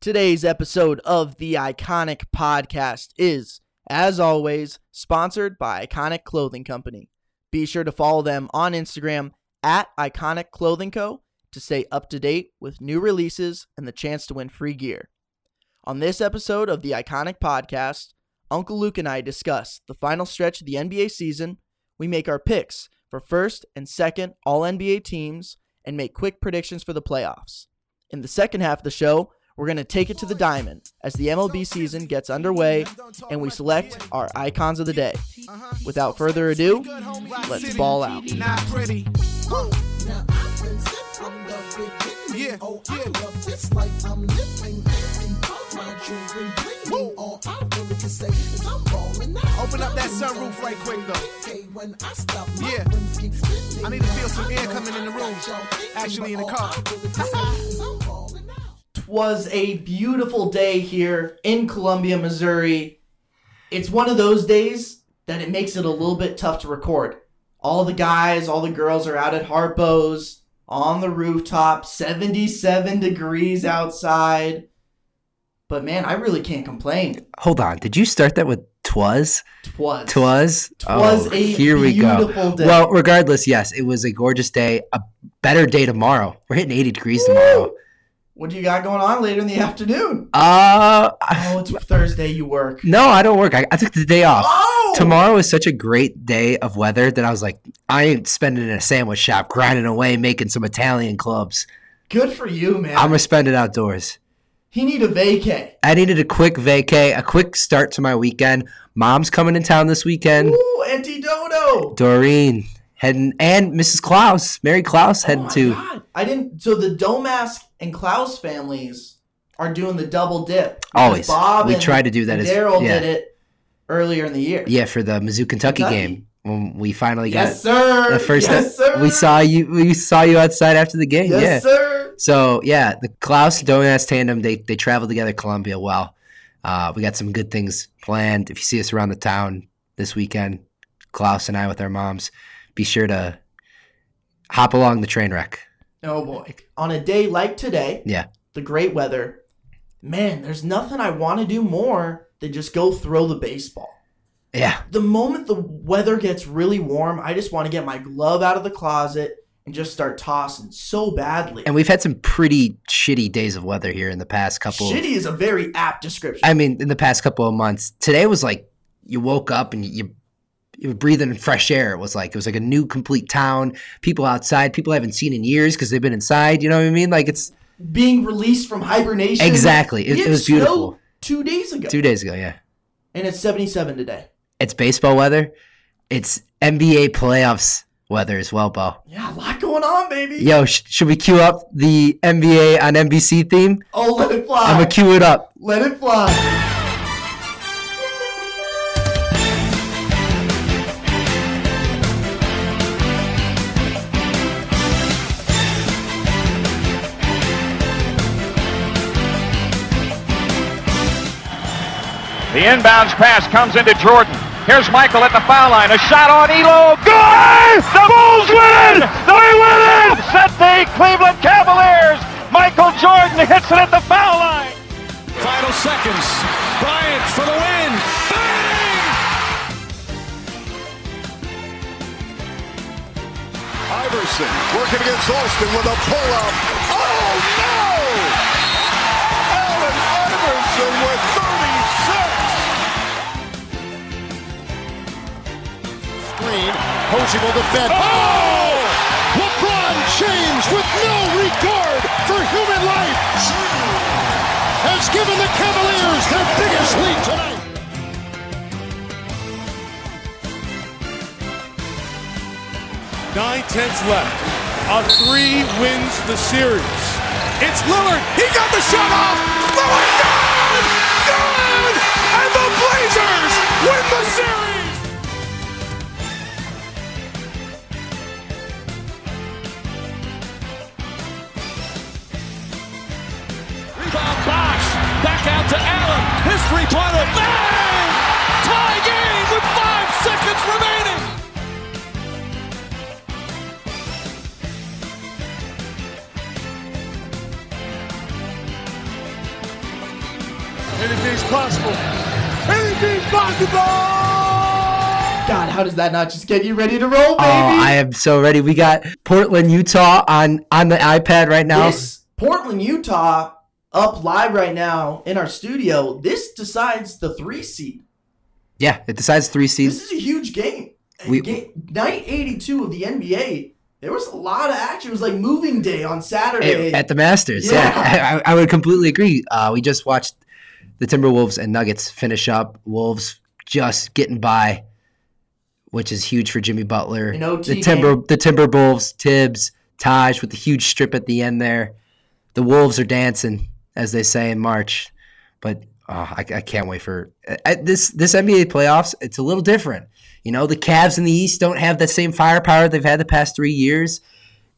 Today's episode of the Iconic Podcast is, as always, sponsored by Iconic Clothing Company. Be sure to follow them on Instagram at Iconic Clothing Co. to stay up to date with new releases and the chance to win free gear. On this episode of the Iconic Podcast, Uncle Luke and I discuss the final stretch of the NBA season. We make our picks for first and second All NBA teams and make quick predictions for the playoffs. In the second half of the show, we're going to take it to the diamond as the MLB season gets underway and we select our icons of the day. Without further ado, let's ball out. Not pretty. Now I've been sick from the beginning. Yeah, Oh, I love this life I'm living. Fancy cause my jewelry bling. All I really can say is I'm rolling out. Open up that sunroof right quick, though. Okay, when I stop, my Yeah. rims keep spinning. I need to feel some Now I air know coming in the I room. got y'all thinking, Actually, in the but car. all I really can say is I'm rolling out. was a beautiful day here in Columbia, Missouri. It's one of those days that it makes it a little bit tough to record. All the guys, all the girls are out at Harpo's on the rooftop, 77 degrees outside. But man, I really can't complain. Hold on. Did you start that with twas? Twas. Twas? Twas oh, a here we go. beautiful day. Well, regardless, yes, it was a gorgeous day. A better day tomorrow. We're hitting 80 degrees tomorrow. what do you got going on later in the afternoon? Uh, I- Oh, it's Thursday, you work. no, I don't work. I, I took the day off. Oh! Tomorrow is such a great day of weather that I was like, I ain't spending in a sandwich shop grinding away making some Italian clubs. Good for you, man. I'm gonna spend it outdoors. he need a vacay. I needed a quick vacay, a quick start to my weekend. Mom's coming in town this weekend. Ooh, Auntie Dodo. Doreen heading and Mrs. Klaus, Mary Klaus Oh heading my to God. I didn't. So the Domask and Klaus families are doing the double dip. Because always. Bob we and try to do that as Daryl yeah, did it earlier in the year. yeah for the Mizzou Kentucky, Kentucky. game when we finally yes, got sir. the first yes, that- sir. we saw you we saw you outside after the game Yes, yeah sir. so yeah the Klaus Donas tandem they they traveled together Columbia well uh, we got some good things planned if you see us around the town this weekend Klaus and I with our moms be sure to hop along the train wreck Oh boy. On a day like today, Yeah. the great weather. Man, there's nothing I want to do more than just go throw the baseball. yeah The moment the weather gets really warm, I just want to get my glove out of the closet and just start tossing so badly. and we've had some pretty shitty days of weather here in the past couple of Shitty is a very apt description. I mean, in the past couple of months, today was like you woke up and you you were breathing in fresh air. It was like it was like a new, complete town. People outside, people I haven't seen in years because they've been inside. You know what I mean? Like it's being released from hibernation. exactly. It, It it was snowed beautiful Two days ago. two days ago. Yeah, And it's 77 today. it's baseball weather. It's NBA playoffs weather as well, Bo. Yeah, a lot going on, baby. Yo, sh- should we queue up the NBA on NBC theme? Oh, let it fly. I'm gonna queue it up. let it fly. The inbounds pass comes into Jordan. Here's Michael at the foul line. A shot on Elo. Good! The Bulls win it! They win it! Set the Cleveland Cavaliers. Michael Jordan hits it at the foul line. Final seconds. Bryant for the win. Bang! Iverson working against Austin with a pull up. Oh no! Allen Iverson with 36. Screen. Posey will defend. Oh! LeBron James with no regard for human life has given the Cavaliers their biggest lead tonight. Nine tenths left. A three wins the series. It's Lillard. He got the shot off. Lillard good! Good! And the Blazers win the series. Rebound box. Back out to Allen. His three-pointer. Bang! Tie game with five seconds remaining. Anything's possible. Anything's possible! God, how does that not just get you ready to roll, baby? Oh, I am so ready. We got Portland, Utah on on the iPad right now. This Portland, Utah, up live right now in our studio. This decides the three seed. Yeah, it decides three seeds. This is a huge game. We- Ga- night 82 of the NBA. There was a lot of action. It was like moving day on Saturday. At, at the Masters, yeah, Yeah. I, I would completely agree. Uh, we just watched the Timberwolves and Nuggets finish up. Wolves just getting by, which is huge for Jimmy Butler. An OT the Timber game. the Timberwolves, Tibbs, Taj with the huge strip at the end there. The Wolves are dancing, as they say in March. But uh, I, I can't wait for I, this this NBA playoffs. It's a little different. You know, the Cavs in the East don't have that same firepower they've had the past three years.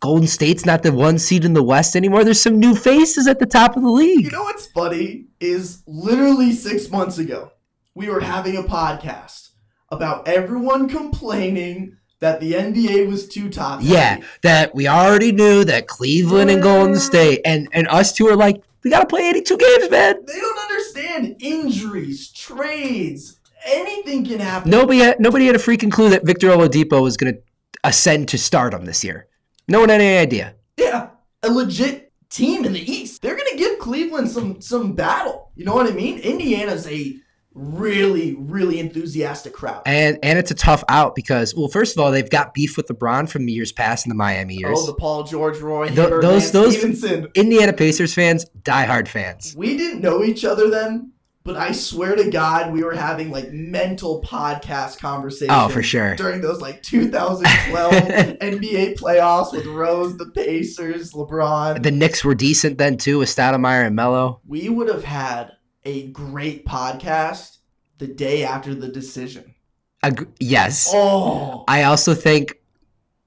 Golden State's not the one seed in the West anymore. There's some new faces at the top of the You league. know what's funny is literally six months ago, we were having a podcast about everyone complaining that the NBA was too top. heavy. Yeah, that we already knew that Cleveland and Golden State and and us two are like we gotta play 82 games, man. They don't understand injuries, trades, anything can happen. Nobody had, nobody had a freaking clue that Victor Oladipo was gonna ascend to stardom this year. No one had any idea. Yeah, a legit team in the East. They're gonna give Cleveland some some battle. You know what I mean? Indiana's a really really enthusiastic crowd. And and it's a tough out because well, first of all, they've got beef with LeBron from the years past in the Miami years. Oh, the Paul George, Roy, Th- Hibbert, those- Lance those- Stevenson. Indiana Pacers fans, diehard fans. We didn't know each other then, but I swear to God, we were having like mental podcast conversations. Oh, for sure. During those like 2012 NBA playoffs with Rose, the Pacers, LeBron, The Knicks were decent then too with Stoudemire and Melo. we would have had a great podcast the day after the decision. Ag- yes. Oh, I also think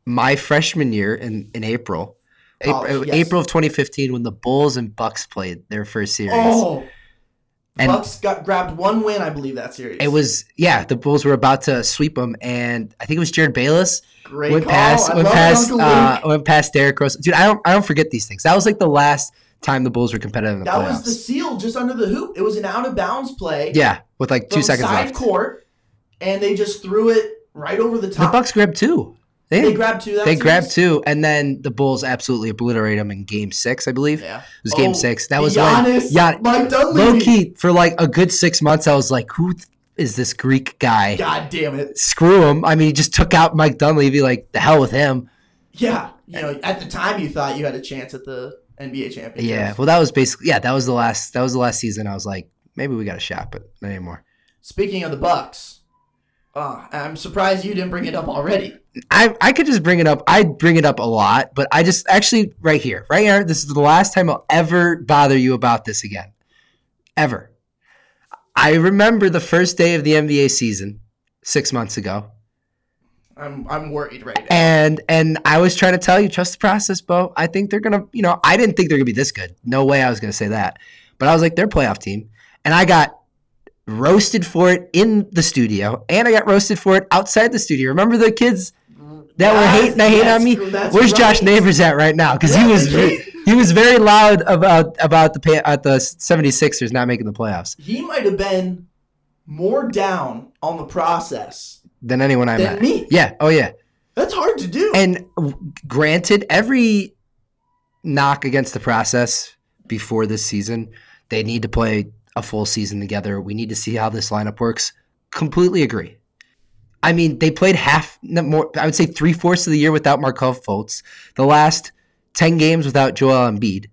my freshman year in, in April, Oh, April, yes. April of 2015, when the Bulls and Bucks played their first series, oh. And- Bucks got grabbed one win, I believe that series. it was yeah, the Bulls were about to sweep them, and I think it was Jared Bayless great. went call. past I went love past Uncle uh, Luke. went past Derrick Rose. Dude, I don't I don't forget these things. That was like the last time the Bulls were competitive in the that playoffs. was the seal just under the hoop. It was an out of bounds play. yeah, with like from two seconds side left, court, and they just threw it right over the the top. Bucks grabbed two. They, they they, grabbed two. That series. grabbed two, and then the Bulls absolutely obliterate them in Game Six, I believe. Yeah, It was Game Oh, Six. That was Giannis, when Gian- Mike Dunleavy. low key for like a good six months. I was like, who th- is this Greek guy? God damn it. Screw him. I mean, he just took out Mike Dunleavy. Like the hell with him. Yeah, you know, at the time you thought you had a chance at the NBA championship. Yeah. Well, that was basically yeah. That was the last. That was the last season. I was like, maybe we got a shot, but not anymore. Speaking of the Bucks, uh, I'm surprised you didn't bring it up already. I I could just bring it up. I bring it up a lot, but I just actually right here, right here. This is the last time I'll ever bother you about this again, ever. I remember the first day of the NBA season six months ago. I'm I'm worried right now. And and I was trying to tell you, trust the process, Bo. I think they're gonna, you know, I didn't think they're gonna be this good. No way I was gonna say that. But I was like, they're a playoff team. And I got roasted for it in the studio, and I got roasted for it outside the studio. Remember the kids that were Yes, hating, they hate yes, on me. that's Where's Josh right. Neighbors at right now? Because he was very, he was very loud about about the pay, at the 76ers not making the playoffs He might have been more down on the process. than anyone I Than met. me. Yeah. Oh yeah. That's hard to do. And w- granted, every knock against the process before this season, they need to play a full season together. We need to see how this lineup works. Completely agree. I mean, they played half, no, more. I would say three fourths of the year without Markov Fultz. The last ten games without Joel Embiid.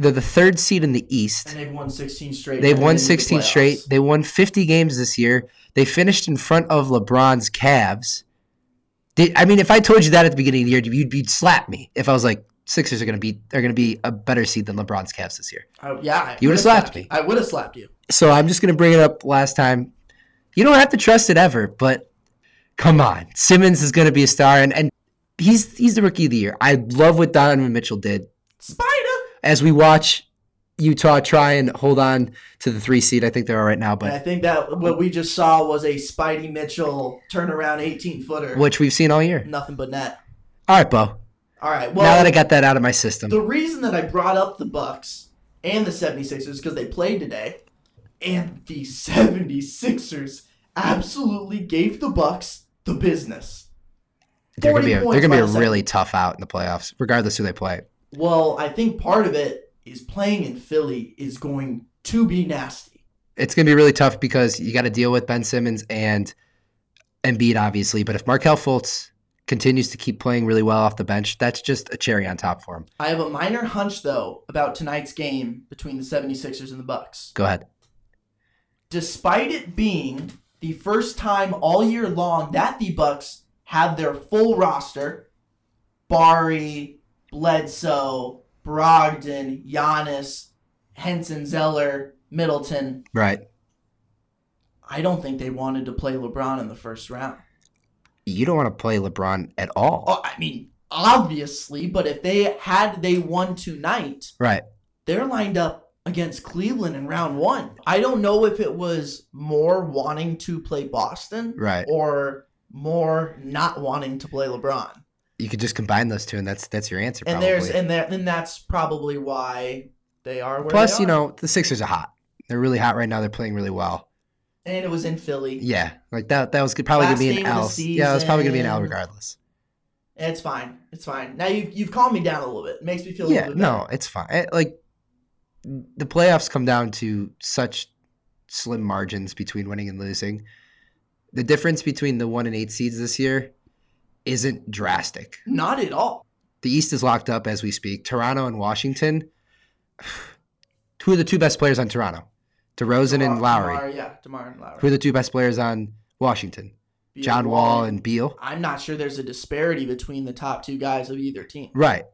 They're the third seed in the East. And they've won 16 straight. They've and won they made the 16 playoffs. straight. They won 50 games this year. They finished in front of LeBron's Cavs. Did, I mean, if I told you that at the beginning of the year, you'd, you'd slap me. If I was like, Sixers are going to be are going to be a better seed than LeBron's Cavs this year. I- yeah, I You would've would've slapped you. me. I would have slapped you. So I'm just going to bring it up last time. You don't have to trust it ever, but come on, Simmons is going to be a star, and and he's he's the rookie of the year. I love what Donovan Mitchell did Spider. as we watch Utah try and hold on to the three seed. I think they are right now, but And I think that what we just saw was a Spidey Mitchell turnaround 18 footer. which we've seen all year. Nothing but net. All right, Bo. All right. now Well, that I got that out of my system, the reason that I brought up the Bucks and the 76ers because they played today. And the 76ers absolutely gave the Bucks the business. They're gonna be a, 40 they're gonna be a points by the really tough out in the playoffs, regardless who they play. Well, I think part of it is playing in Philly is going to be nasty. It's gonna be really tough because you got to deal with Ben Simmons and Embiid, obviously. But if Markel Fultz continues to keep playing really well off the bench, that's just a cherry on top for him. I have a minor hunch though about tonight's game between the 76ers and the Bucks. Go ahead. Despite it being the first time all year long that the Bucks had their full roster, Bari, Bledsoe, Brogdon, Giannis, Henson Zeller, Middleton, Right. I don't think they wanted to play LeBron in the first round. You don't want to play LeBron at all. Right. Oh, I mean, obviously, but if they had they won tonight, they're lined up against Cleveland in round one. I don't know if it was more wanting to play Boston Right. or more not wanting to play LeBron. You could just combine those two, and that's that's your answer. And probably. there's and there and that's probably why they are where Plus, they you are. know, the Sixers are hot. They're really hot right now. They're playing really well. and it was in Philly. Yeah, like that. That was probably Last gonna be game an of the L. Yeah, it's probably gonna be an L season. regardless. It's fine. It's fine. Now you've you've calmed me down a little bit. It makes me feel a Yeah, little bit better. no, it's fine. It- like the playoffs come down to such slim margins between winning and losing. The difference between the one and eight seeds this year isn't drastic. Not at all. The East is locked up as we speak. Toronto and Washington, two of the two best players on Toronto, DeRozan and Demar- Lowry. Demar, yeah, Demar and Lowry. Who are the two best players on Washington? Beal, John Wall and Beal. I'm not sure there's a disparity between the top two guys of either team. Right.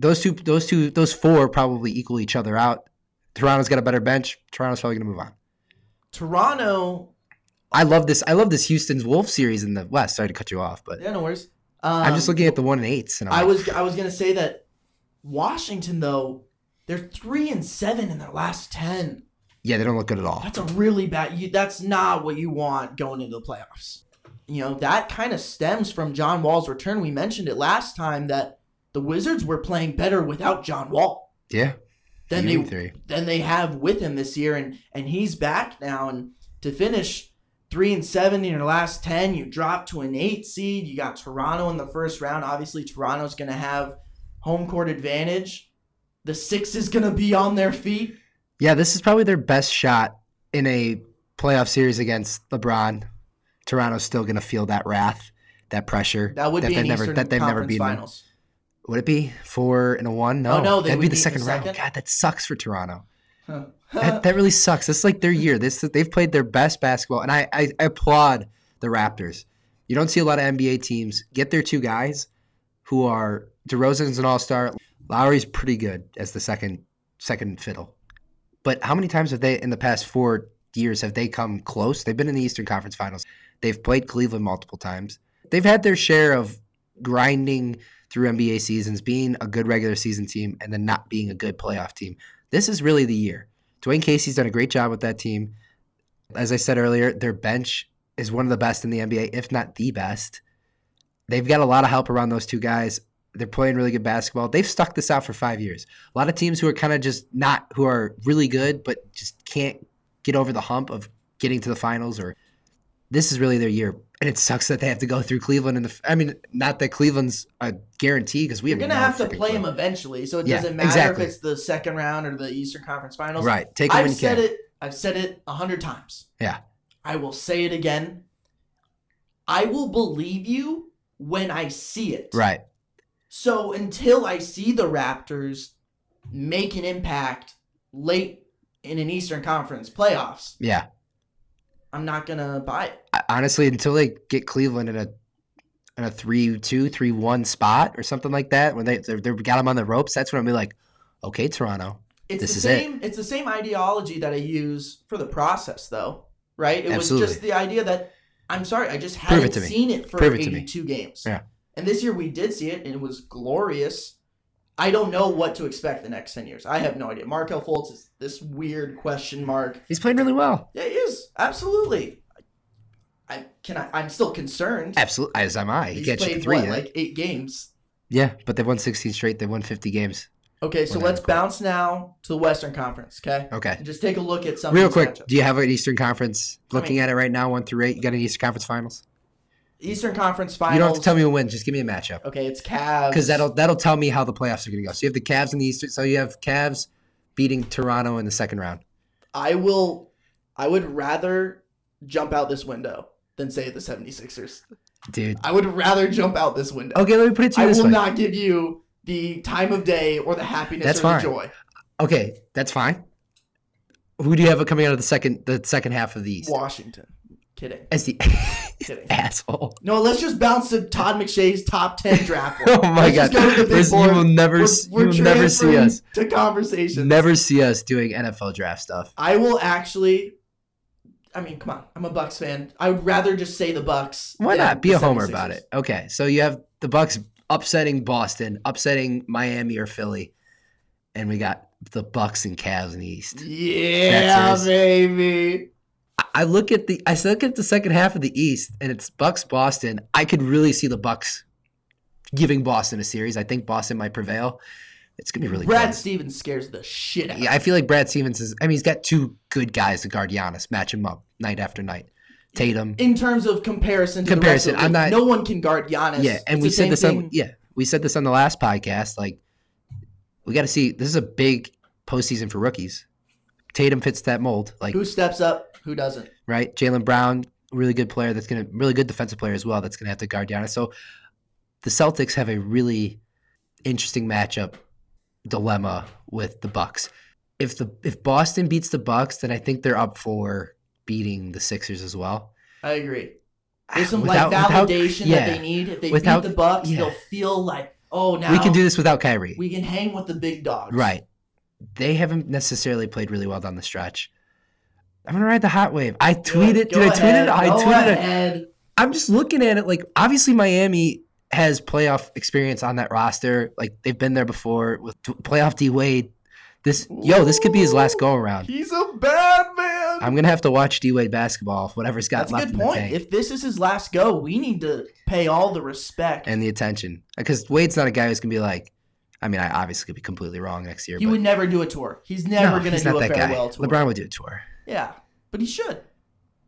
Those two, those two, those four probably equal each other out. Toronto's got a better bench. Toronto's probably going to move on. Toronto, I love this. I love this Houston's Wolf series in the West. Sorry to cut you off, but yeah, no worries. I'm just Um, looking at the one and eights. And I'm I like, was I was gonna say that Washington though they're three and seven in their last ten. yeah, they don't look good at all. That's a really bad. You, that's not what you want going into the playoffs. You know that kind of stems from John Wall's return. We mentioned it last time that the Wizards were playing better without John Wall Yeah, than you they and three. than they have with him this year, and and he's back now. And to finish three and seven in your last ten, you drop to an eight seed. You got Toronto in the first round. Obviously, Toronto's going to have home court advantage. The six is going to be on their feet. Yeah, this is probably their best shot in a playoff series against LeBron. Toronto's still going to feel that wrath, that pressure. That would be they've an never Eastern that they've Conference never beaten. them. Finals. Would it be four and a one? No, Oh, no, they that'd would be the be in second the round. second. God, that sucks for Toronto. that, that really sucks. That's like their year. This they've played their best basketball, and I, I, I applaud the Raptors. You don't see a lot of NBA teams get their two guys, who are DeRozan's an All Star, Lowry's pretty good as the second second fiddle. But how many times have they in the past four years have they come close? They've been in the Eastern Conference Finals. They've played Cleveland multiple times. They've had their share of grinding through NBA seasons, being a good regular season team, and then not being a good playoff team. This is really the year. Dwayne Casey's done a great job with that team. As I said earlier, their bench is one of the best in the NBA, if not the best. They've got a lot of help around those two guys. They're playing really good basketball. They've stuck this out for five years. A lot of teams who are kind of just not, who are really good, but just can't get over the hump of getting to the finals or this is really their year. And it sucks that they have to go through Cleveland. And the, I mean, not that Cleveland's a guarantee because we You're have gonna no have to freaking play clue. them eventually, so it Yeah, doesn't matter exactly. if it's the second round or the Eastern Conference Finals. Right. Take them I've when you said can. it. I've said it a hundred times. Yeah. I will say it again. I will believe you when I see it. Right. So until I see the Raptors make an impact late in an Eastern Conference playoffs, Yeah. I'm not gonna buy it. I- honestly until they get Cleveland in a in a three two three one spot or something like that when they they've they've got them on the ropes. That's when I'm be like, okay, Toronto, It's This the is it. same. It's the same ideology that I use for the process, though. Right? It Absolutely. was just the idea that I'm sorry, I just Prove it haven't to me. seen it for Prove it to me. 82 games. Yeah. And this year we did see it, and it was glorious. I don't know what to expect the next 10 years. I have no idea. Markel Fultz is this weird question mark. he's playing really well. Yeah, he is absolutely. I can. I, I'm still concerned. Absolutely, as am I. He He's can't shoot played the three. what, yet. like eight games. yeah, but they've won 16 straight. They've won 50 games. Okay, so We're let's not cool. bounce now to the Western Conference, okay? Okay. And just take a look at some of Real these quick, matchups. do you have an Eastern Conference? mean- Looking at it right now, one through eight. You got an Eastern Conference Finals? Eastern Conference Finals. Uh, You don't have to tell me a win. Just give me a matchup Okay, it's Cavs. because that'll that'll tell me how the playoffs are going to go. So you have the Cavs in the Eastern. So you have Cavs beating Toronto in the second round. I will. I would rather jump out this window than say the 76ers. Dude. I would rather jump out this window. Okay, let me put it to you I this will way. not give you the time of day or the happiness That's or fine. the joy. Okay, that's fine. Who do you have coming out of the second the second half of the East? Washington. Kidding. As the Kidding. asshole. No, let's just bounce to Todd McShay's top 10 draft. board. Oh my Let's just god. go to the big Listen, board. you will never We're- s- we're you will never see transferring us. To conversations. Never see us doing NFL draft stuff. I will actually. I mean, come on. I'm a Bucks fan. I would rather just say the Bucks. Why than not? Be the a homer 76ers. about it. Okay. So you have the Bucks upsetting Boston, upsetting Miami or Philly, and we got the Bucks and Cavs in the East. Yeah, Sixers. baby. I- I look at the I look at the second half of the East and it's Bucks Boston. I could really see the Bucks giving Boston a series. I think Boston might prevail. It's gonna be really Brad close. Stevens scares the shit out. Yeah, I feel like Brad Stevens is. I mean, he's got two good guys to guard Giannis, match him up night after night. Tatum. In terms of comparison, to Comparison, The rest I'm of the league, not- No one can guard Giannis. yeah, and It's we the said same this on thing- yeah we said this on the last podcast. Like, we got to see. This is a big postseason for rookies. Tatum fits that mold. Like, Who steps up? Who doesn't? right? Jalen Brown, really good player. That's gonna really good defensive player as well. That's gonna have to guard Giannis. So the Celtics have a really interesting matchup dilemma with the Bucks. If the if Boston beats the Bucks, then I think they're up for beating the Sixers as well. I agree. There's some Without- like without- validation yeah. that they need. If they Without- beat the Bucks, yeah. they'll feel like, oh, now we can do this without Kyrie. We can hang with the big dogs. right. They haven't necessarily played really well down the stretch. I'm gonna ride the hot wave. I tweeted. Go Did I tweet ahead, it? I go tweeted. it. ahead. I'm just looking at it like obviously Miami has playoff experience on that roster. Like they've been there before with D- playoff D Wade. This yo, this could be his last go around. He's a bad man. I'm gonna have to watch D Wade basketball, whatever's got That's a left good in the point. tank If this is his last go, we need to pay all the respect. and the attention. Because Wade's not a guy who's gonna be like. I mean, I obviously could be completely wrong next year. he but would never do a tour. He's never no, going to he's not do a that farewell guy. tour. LeBron would do a tour. Yeah, but he should.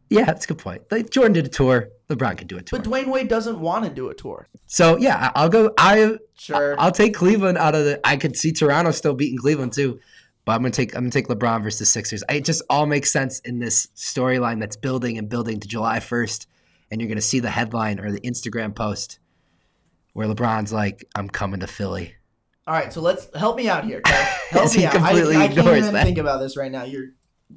Yeah, that's a good point. Like Jordan did a tour. LeBron could do a tour. But Dwayne Wade doesn't want to do a tour. so yeah, I- I'll go. I Sure. I'll take Cleveland out of the. I could see Toronto still beating Cleveland too, but I'm gonna take I'm gonna take LeBron versus the Sixers. I, it just all makes sense in this storyline that's building and building to July 1st, and you're gonna see the headline or the Instagram post where LeBron's like, "I'm coming to Philly." all right, so let's help me out here. Kyle. Help As he me out. I, completely I can't ignores even that. think about this right now. You're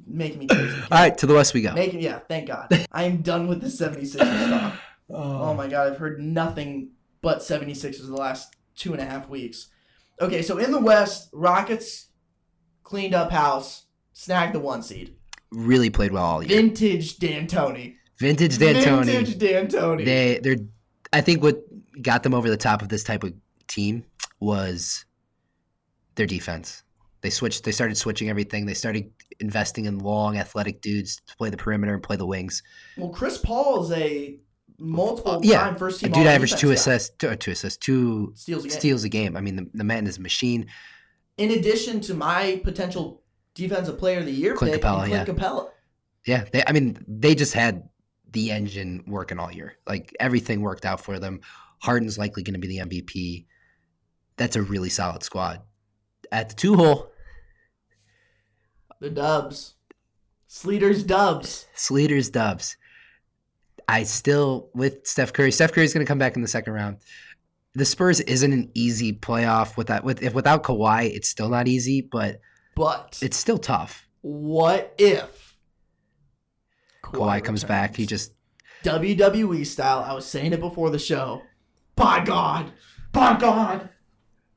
making me crazy. All right, to the West we go. Making, yeah, thank God. I am done with the 76ers talk. Oh. my God, I've heard nothing but 76ers the last two and a half weeks. Okay, so in the West, Rockets cleaned up house, snagged the one seed. Really played well all year. Vintage D'Antoni. Vintage D'Antoni. Vintage D'Antoni. They they're I think what got them over the top of this type of team was their defense. They switched they started switching everything. They started investing in long athletic dudes to play the perimeter and play the wings. well, Chris Paul is a multiple yeah. time first A team. dude All-Defense averaged two guy. assists, two, or two assists, two Steals a game. steals a game. I mean, the, the man is a machine. In addition to my potential defensive player of the year Clint pick, Capella, Clint yeah. Capella. Yeah, they, I mean, they just had the engine working all year. Like everything worked out for them. Harden's likely going to be the MVP. That's a really solid squad. At the two hole, The Dubs. Sleater's Dubs. Slater's dubs. I still with Steph Curry. Steph Curry's going to come back in the second round. The Spurs isn't an easy playoff without with if without Kawhi, it's still not easy, but But it's still tough. what if Kawhi, comes back, he returns? just WWE E style. I was saying it before the show. By God, by God,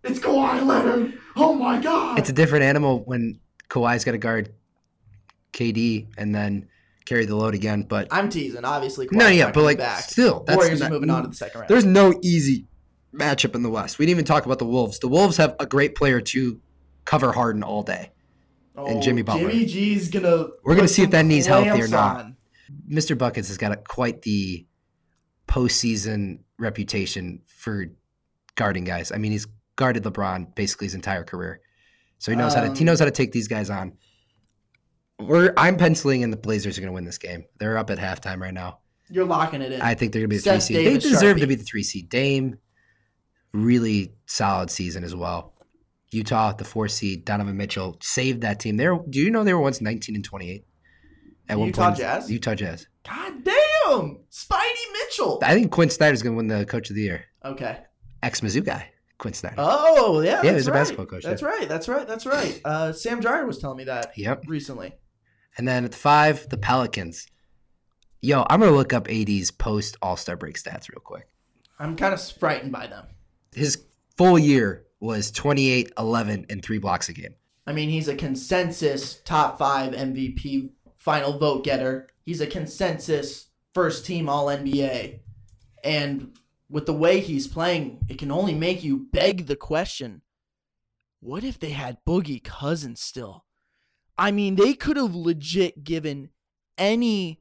it's Kawhi Leonard. Oh my God. it's a different animal when Kawhi's got to guard KD and then carry the load again. But I'm teasing, obviously. Kawhi's no, yeah, not but coming like back. still, that's Warriors not- are moving on to the second round. There's no easy matchup in the West. We didn't even talk about the Wolves. The Wolves have a great player to cover Harden all day. and Jimmy Butler. Oh, Jimmy G's gonna. We're gonna put see if some that knee's healthy or clamps not. on. Mr. Buckets has got a, quite the postseason reputation for guarding guys. I mean, he's guarded LeBron basically his entire career. So he knows how to he knows how to take these guys on. We're I'm penciling in the Blazers are going to win this game. They're up at halftime right now. You're locking it in. I think they're going to be the Seth three seed. They Davis, deserve to Sharpie. be the three seed. Dame, really solid season as well. Utah, the four seed. Donovan Mitchell saved that team. There, do you know they were once 19 and 28 at one Utah point? Jazz? Utah Jazz. God damn, Spidey Mitchell. I think Quinn Snyder's going to win the Coach of the Year. Okay. Ex Mizzou guy, Quinn Snyder. Oh yeah, Yeah, that's he's a right. basketball coach, That's right. That's right. That's right. Uh, Sam Dreyer was telling me that Yep. recently. And then at the five, the Pelicans. Yo, I'm gonna look up AD's post All Star break stats real quick. I'm kind of frightened by them. His full year was 28, 11, and three blocks a game. I mean, he's a consensus top five MVP final vote getter. He's a consensus first team All NBA. And with the way he's playing, it can only make you beg the question what if they had Boogie Cousins still? I mean, they could have legit given any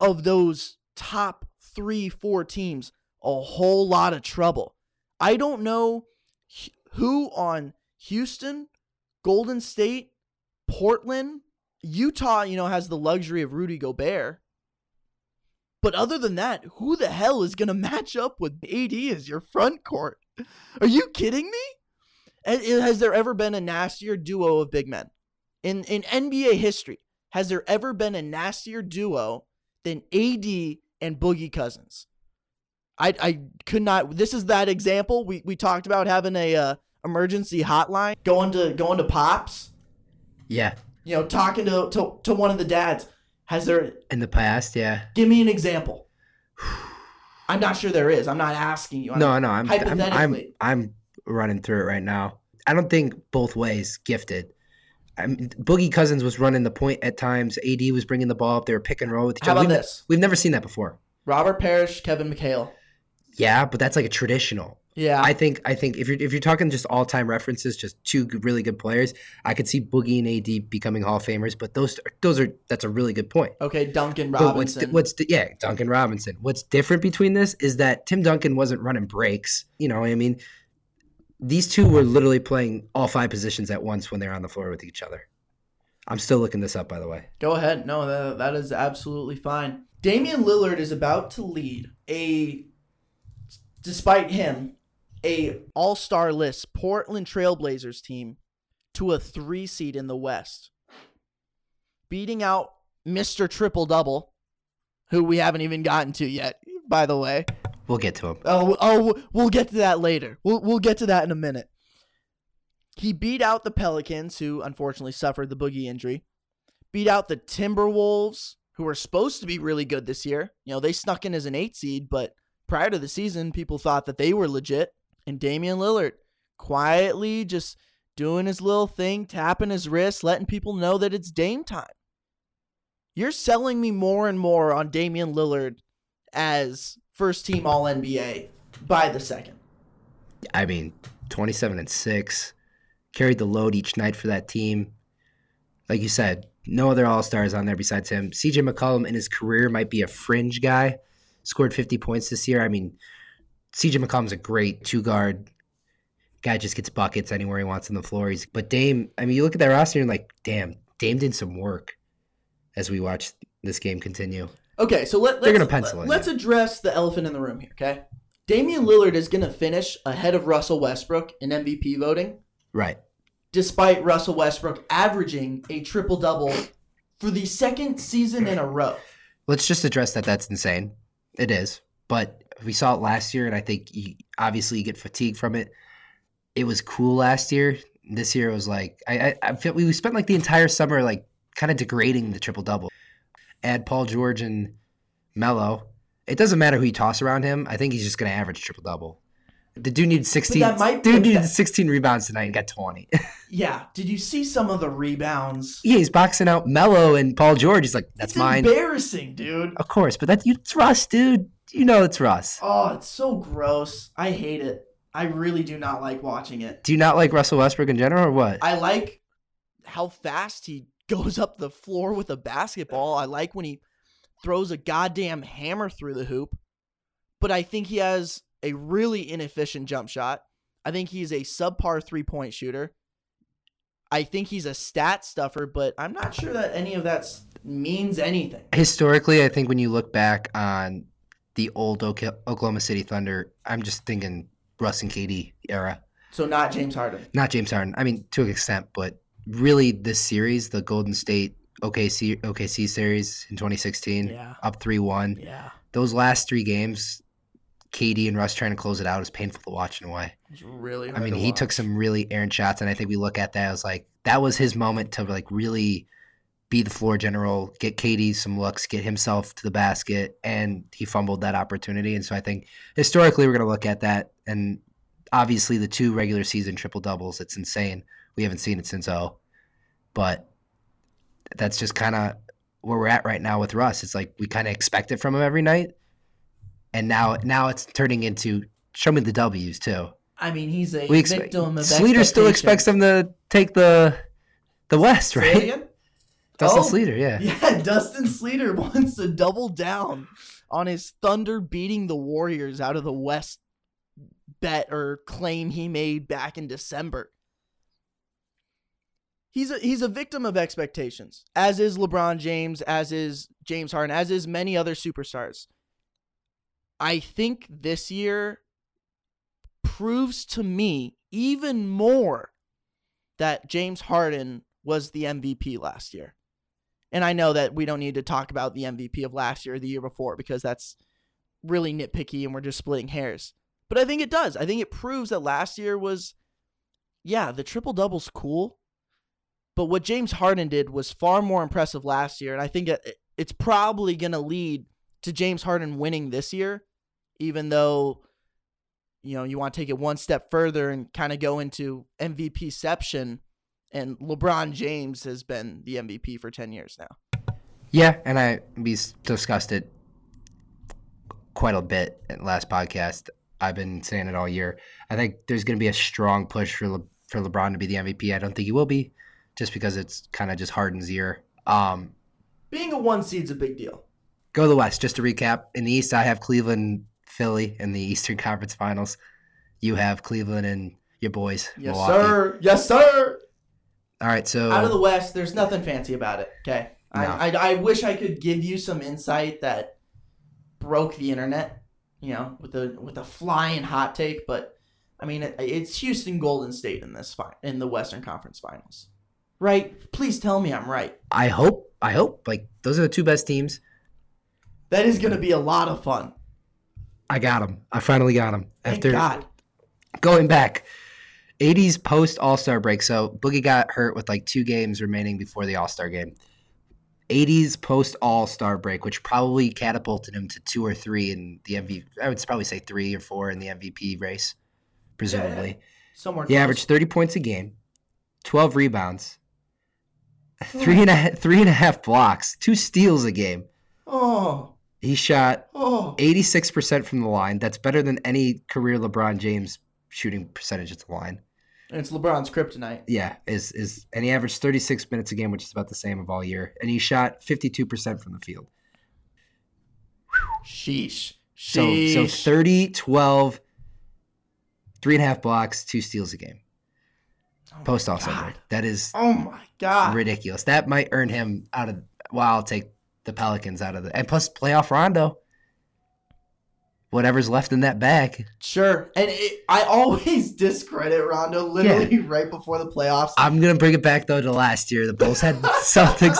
of those top three, four teams a whole lot of trouble. I don't know h- who on Houston Golden State, Portland, Utah, you know, has the luxury of Rudy Gobert. But other than that, who the hell is going to match up with AD as your front court? Are you kidding me? Ha- Has there ever been a nastier duo of big men? In in NBA history, has there ever been a nastier duo than AD and Boogie Cousins? I I could not. This is that example we we talked about having a uh, emergency hotline, going to going to pops, Yeah. you know, talking to to, to one of the dads. Has there? In the past, yeah. Give me an example. I'm not sure there is. I'm not asking you. I'm, No, no, I'm I'm, I'm Hypothetically. I'm running through it right now. I don't think both ways gifted. I mean, Boogie Cousins was running the point at times. AD was bringing the ball up. They were pick and roll with each How other. about we've, this? we've never seen that before. Robert Parrish, Kevin McHale. Yeah, but that's like a traditional. Yeah, I think I think if you're if you're talking just all time references, just two g- really good players, I could see Boogie and AD becoming Hall of Famers. But those those are that's a really good point. Okay, Duncan But what's di- Robinson. what's di- yeah Duncan Robinson? What's different between this is that Tim Duncan wasn't running breaks. You know, what I mean, these two were literally playing all five positions at once when they were on the floor with each other. I'm still looking this up, by the way. Go ahead. No, that, that is absolutely fine. Damian Lillard is about to lead a, despite him, a All Star list Portland Trailblazers team to a three seed in the West, beating out Mister Triple Double, who we haven't even gotten to yet. By the way, We'll get to him. Oh, oh, we'll get to that later. We'll we'll get to that in a minute. He beat out the Pelicans, who unfortunately suffered the boogie injury. Beat out the Timberwolves, who were supposed to be really good this year. You know, they snuck in as an eight seed, but prior to the season, people thought that they were legit. And Damian Lillard quietly just doing his little thing, tapping his wrist, letting people know that it's Dame time. You're selling me more and more on Damian Lillard as first team All NBA by the second. I mean, 27 and 6, carried the load each night for that team. Like you said, no other All Stars on there besides him. CJ McCollum in his career might be a fringe guy, scored 50 points this year. I mean, CJ McCollum's a great two guard. Guy just gets buckets anywhere he wants on the floor. He's, but Dame, I mean, you look at that roster and you're like, damn, Dame did some work as we watch this game continue. Okay, so let, let's, They're gonna pencil it. let's address the elephant in the room here, okay? Damian Lillard is going to finish ahead of Russell Westbrook in MVP voting, Right. despite Russell Westbrook averaging a triple double for the second season in a row. let's just address that that's insane it is but we saw it last year and i think you, obviously you get fatigue from it it was cool last year this year it was like i i, I feel we spent like the entire summer like kind of degrading the triple double add paul george and mello it doesn't matter who you toss around him i think he's just going to average triple double the dude needed 16 that might be- dude needed 16 rebounds tonight and got 20 yeah Yeah, did you see some of the rebounds? he's boxing out mello and paul george he's like that's it's mine embarrassing, dude. of course but that you it's russ dude you know it's russ Oh, it's so gross. I hate it. I really do not like watching it. Do you not like Russell Westbrook in general, or what? I like how fast he goes up the floor with a basketball. I like when he throws a goddamn hammer through the hoop. But I think he has a really inefficient jump shot. I think he's a subpar three point shooter. I think he's a stat stuffer, but I'm not sure that any of that s- means anything. Historically, I think when you look back on the old Oka- Oklahoma City Thunder, I'm just thinking Russ and KD era, So not James Harden. not James Harden. I mean, to an extent, but really this series, the Golden State OKC OKC series in 2016, Yeah. up three one. Yeah. Those last three games, KD and Russ trying to close it out is painful to watch in a way. It's really I hard mean, to he took watch. some really errant shots, and I think we look at that as like that was his moment to like really be the floor general, get KD some looks, get himself to the basket, and he fumbled that opportunity. And so I think historically we're going to look at that, and obviously the two regular season triple doubles, it's insane. We haven't seen it since oh, but that's just kind of where we're at right now with Russ. It's like we kind of expect it from him every night, and now now it's turning into show me the W's too I mean, he's a we expect victim of Sleater still expects expectations. them to take the the West, Say it right? again? Dustin Oh. Sleater, yeah. Yeah, Dustin Sleater wants to double down on his Thunder beating the Warriors out of the West bet or claim he made back in December. He's a, he's a victim of expectations, as is LeBron James, as is James Harden, as is many other superstars. I think this year proves to me even more that James Harden was the MVP last year. And I know that we don't need to talk about the MVP of last year or the year before because that's really nitpicky and we're just splitting hairs. But I think it does. I think it proves that last year was, yeah, the triple double's cool. But what James Harden did was far more impressive last year. And I think it- it's probably going to lead to James Harden winning this year, even though, you know, you want to take it one step further and kind of go into MVPception. And LeBron James has been the MVP for 10 years now. Yeah, and I we s- discussed it quite a bit in the last podcast. I've been saying it all year. I think there's going to be a strong push for Le, for LeBron to be the MVP. I don't think he will be, just because it's kind of just Harden's year. Um, Being a one seed's a big deal. go to the West. Just to recap, in the East, I have Cleveland, Philly in the Eastern Conference Finals. You have Cleveland and your boys, Yes, Milwaukee. sir. Yes, sir. All right, so Out of the West, there's nothing fancy about it. Okay. No. I, I, I wish I could give you some insight that broke the internet, you know, with a with a flying hot take. But I mean, it, it's Houston Golden State in this fi- in the Western Conference Finals, right? Please tell me I'm right. I hope, I hope, like those are the two best teams. That is going to be a lot of fun. I got them. I finally got them Thank after God. going back. 80s post All Star break. So Boogie got hurt with like two games remaining before the All Star game. 80s post All Star break, which probably catapulted him to two or three in the MVP. I would probably say three or four in the MVP race, presumably. Somewhere. He close. averaged 30 points a game, 12 rebounds, Hmm. three and a, three and a half blocks, two steals a game. Oh, He shot oh. 86% from the line. That's better than any career LeBron James shooting percentage at the line. And it's LeBron's kryptonite. Yeah, is is and he averaged 36 minutes a game, which is about the same of all year. And he shot 52% from the field. Sheesh. So Sheesh. so 30, 12, three and a half blocks, two steals a game. Oh my Post all summer. God. That is Oh my god. ridiculous. That might earn him out of well, I'll take the Pelicans out of the and plus playoff Rondo. Whatever's left in that bag. Sure. And it, I always discredit Rondo literally right before the playoffs. I'm gonna bring it back though to last year. The Bulls had Celtics,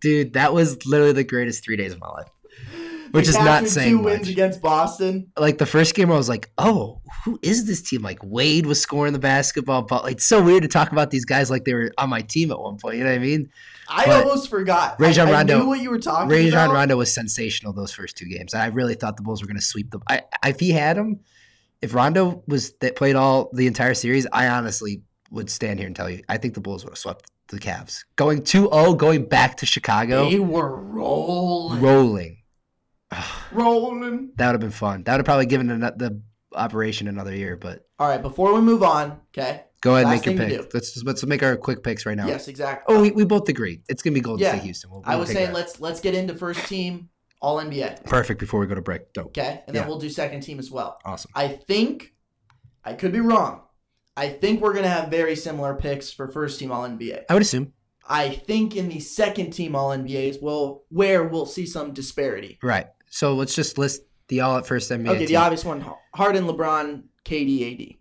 dude. That was literally the greatest three days of my life. They Which is not captured saying two wins much. against Boston. Like the first game, I was like, "Oh, who is this team?" Like Wade was scoring the basketball, but like, it's so weird to talk about these guys like they were on my team at one point. You know what I mean? I But almost forgot. Rajon I, I Rondo- knew what you were talking Rajon about. Rondo was sensational those first two games. I really thought the Bulls were going to sweep them. I, I- if he had him, if Rondo was that played all the entire series, I honestly would stand here and tell you, I think the Bulls would have swept the Cavs. Going 2-0, going back to Chicago, They were rolling. rolling. rolling. That would have been fun. That would have probably given ano- the operation another year. But All right, before we move on, okay? go ahead and Last make your thing to pick. do. Let's just, let's make our quick picks right now. Yes, exactly. Oh, we, we both agree. It's gonna be Golden Yeah. State Houston. We'll- I we'll was take saying that. let's let's get into first team All NBA, perfect before we go to break. Dope. okay? And then Yeah. we'll do second team as well. Awesome. I think I could be wrong. I think we're going to have very similar picks for first team All NBA. I would assume. I think in the second team All NBAs, well, where we'll see some disparity. Right. So let's just list the all at first NBA. Okay, the team. obvious one: Harden, LeBron, KD, AD.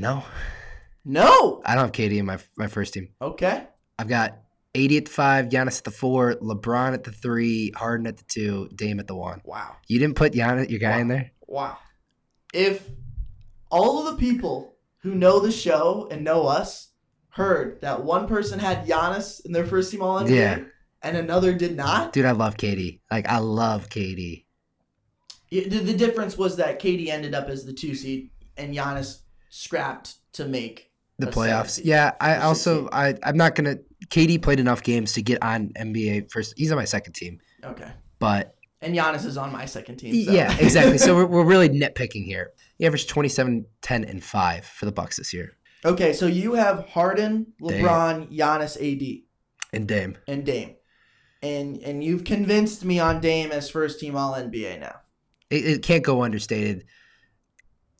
no, No. I don't have KD in my my first team. Okay. I've got 80 at the five, Giannis at the four, LeBron at the three, Harden at the two, Dame at the one. Wow. You didn't put Giannis, your guy, in there. Wow. If all of the people who know the show and know us heard that one person had Giannis in their first team All NBA Yeah. and another did not, Dude, I love KD. Like I love KD. it- the, the difference was that KD ended up as the two seed and Giannis scrapped to make The a seven playoffs. seed. Yeah, I It's also just- I I'm not gonna. KD played enough games to get on NBA first. He's on my second team, Okay. but And Giannis is on my second team. so- yeah, exactly. So we're, we're really nitpicking here. He averaged 27, 10, and five for the Bucks this year, okay, so you have Harden, Damn. LeBron, Giannis, AD. and Dame. and Dame. And and you've convinced me on Dame as first team all NBA now. it, it can't go understated.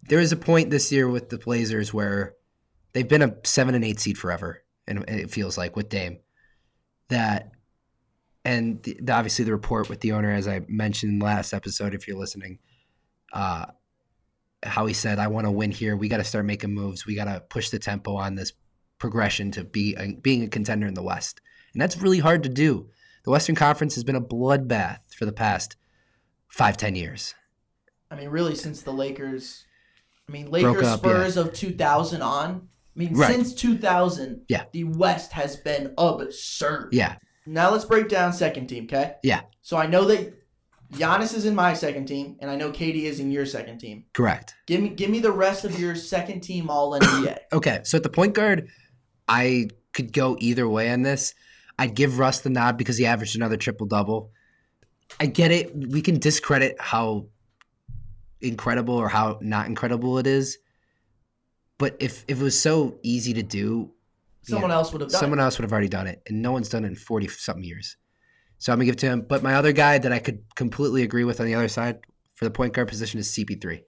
There was a point this year with the Blazers where they've been a seven and eight seed forever, and and it feels like with Dame that, and the, the- obviously the report with the owner, as I mentioned in the last episode, if you're listening, uh, how he said, "I want to win here. We got to start making moves. We got to push the tempo on this progression to be a, being a contender in the West, and that's really hard to do. The Western Conference has been a bloodbath for the past five, ten years." I mean, really since the Lakers I mean Lakers up, yeah. Spurs of two thousand on. I mean Right. since two thousand Yeah. the West has been absurd. Yeah, Now let's break down second team, okay? Yeah. So I know that Giannis is in my second team, and I know KD is in your second team. correct. Give me give me the rest of your second team all NBA. Okay, so at the point guard, I could go either way on this. I'd give Russ the nod because he averaged another triple double. I get it. We can discredit how incredible or how not incredible it is. But if, if it was so easy to do, Someone else would have done someone it. else would have already done it, and no one's done it in forty something years. So I'm gonna give it to him. But my other guy that I could completely agree with on the other side for the point guard position is CP3.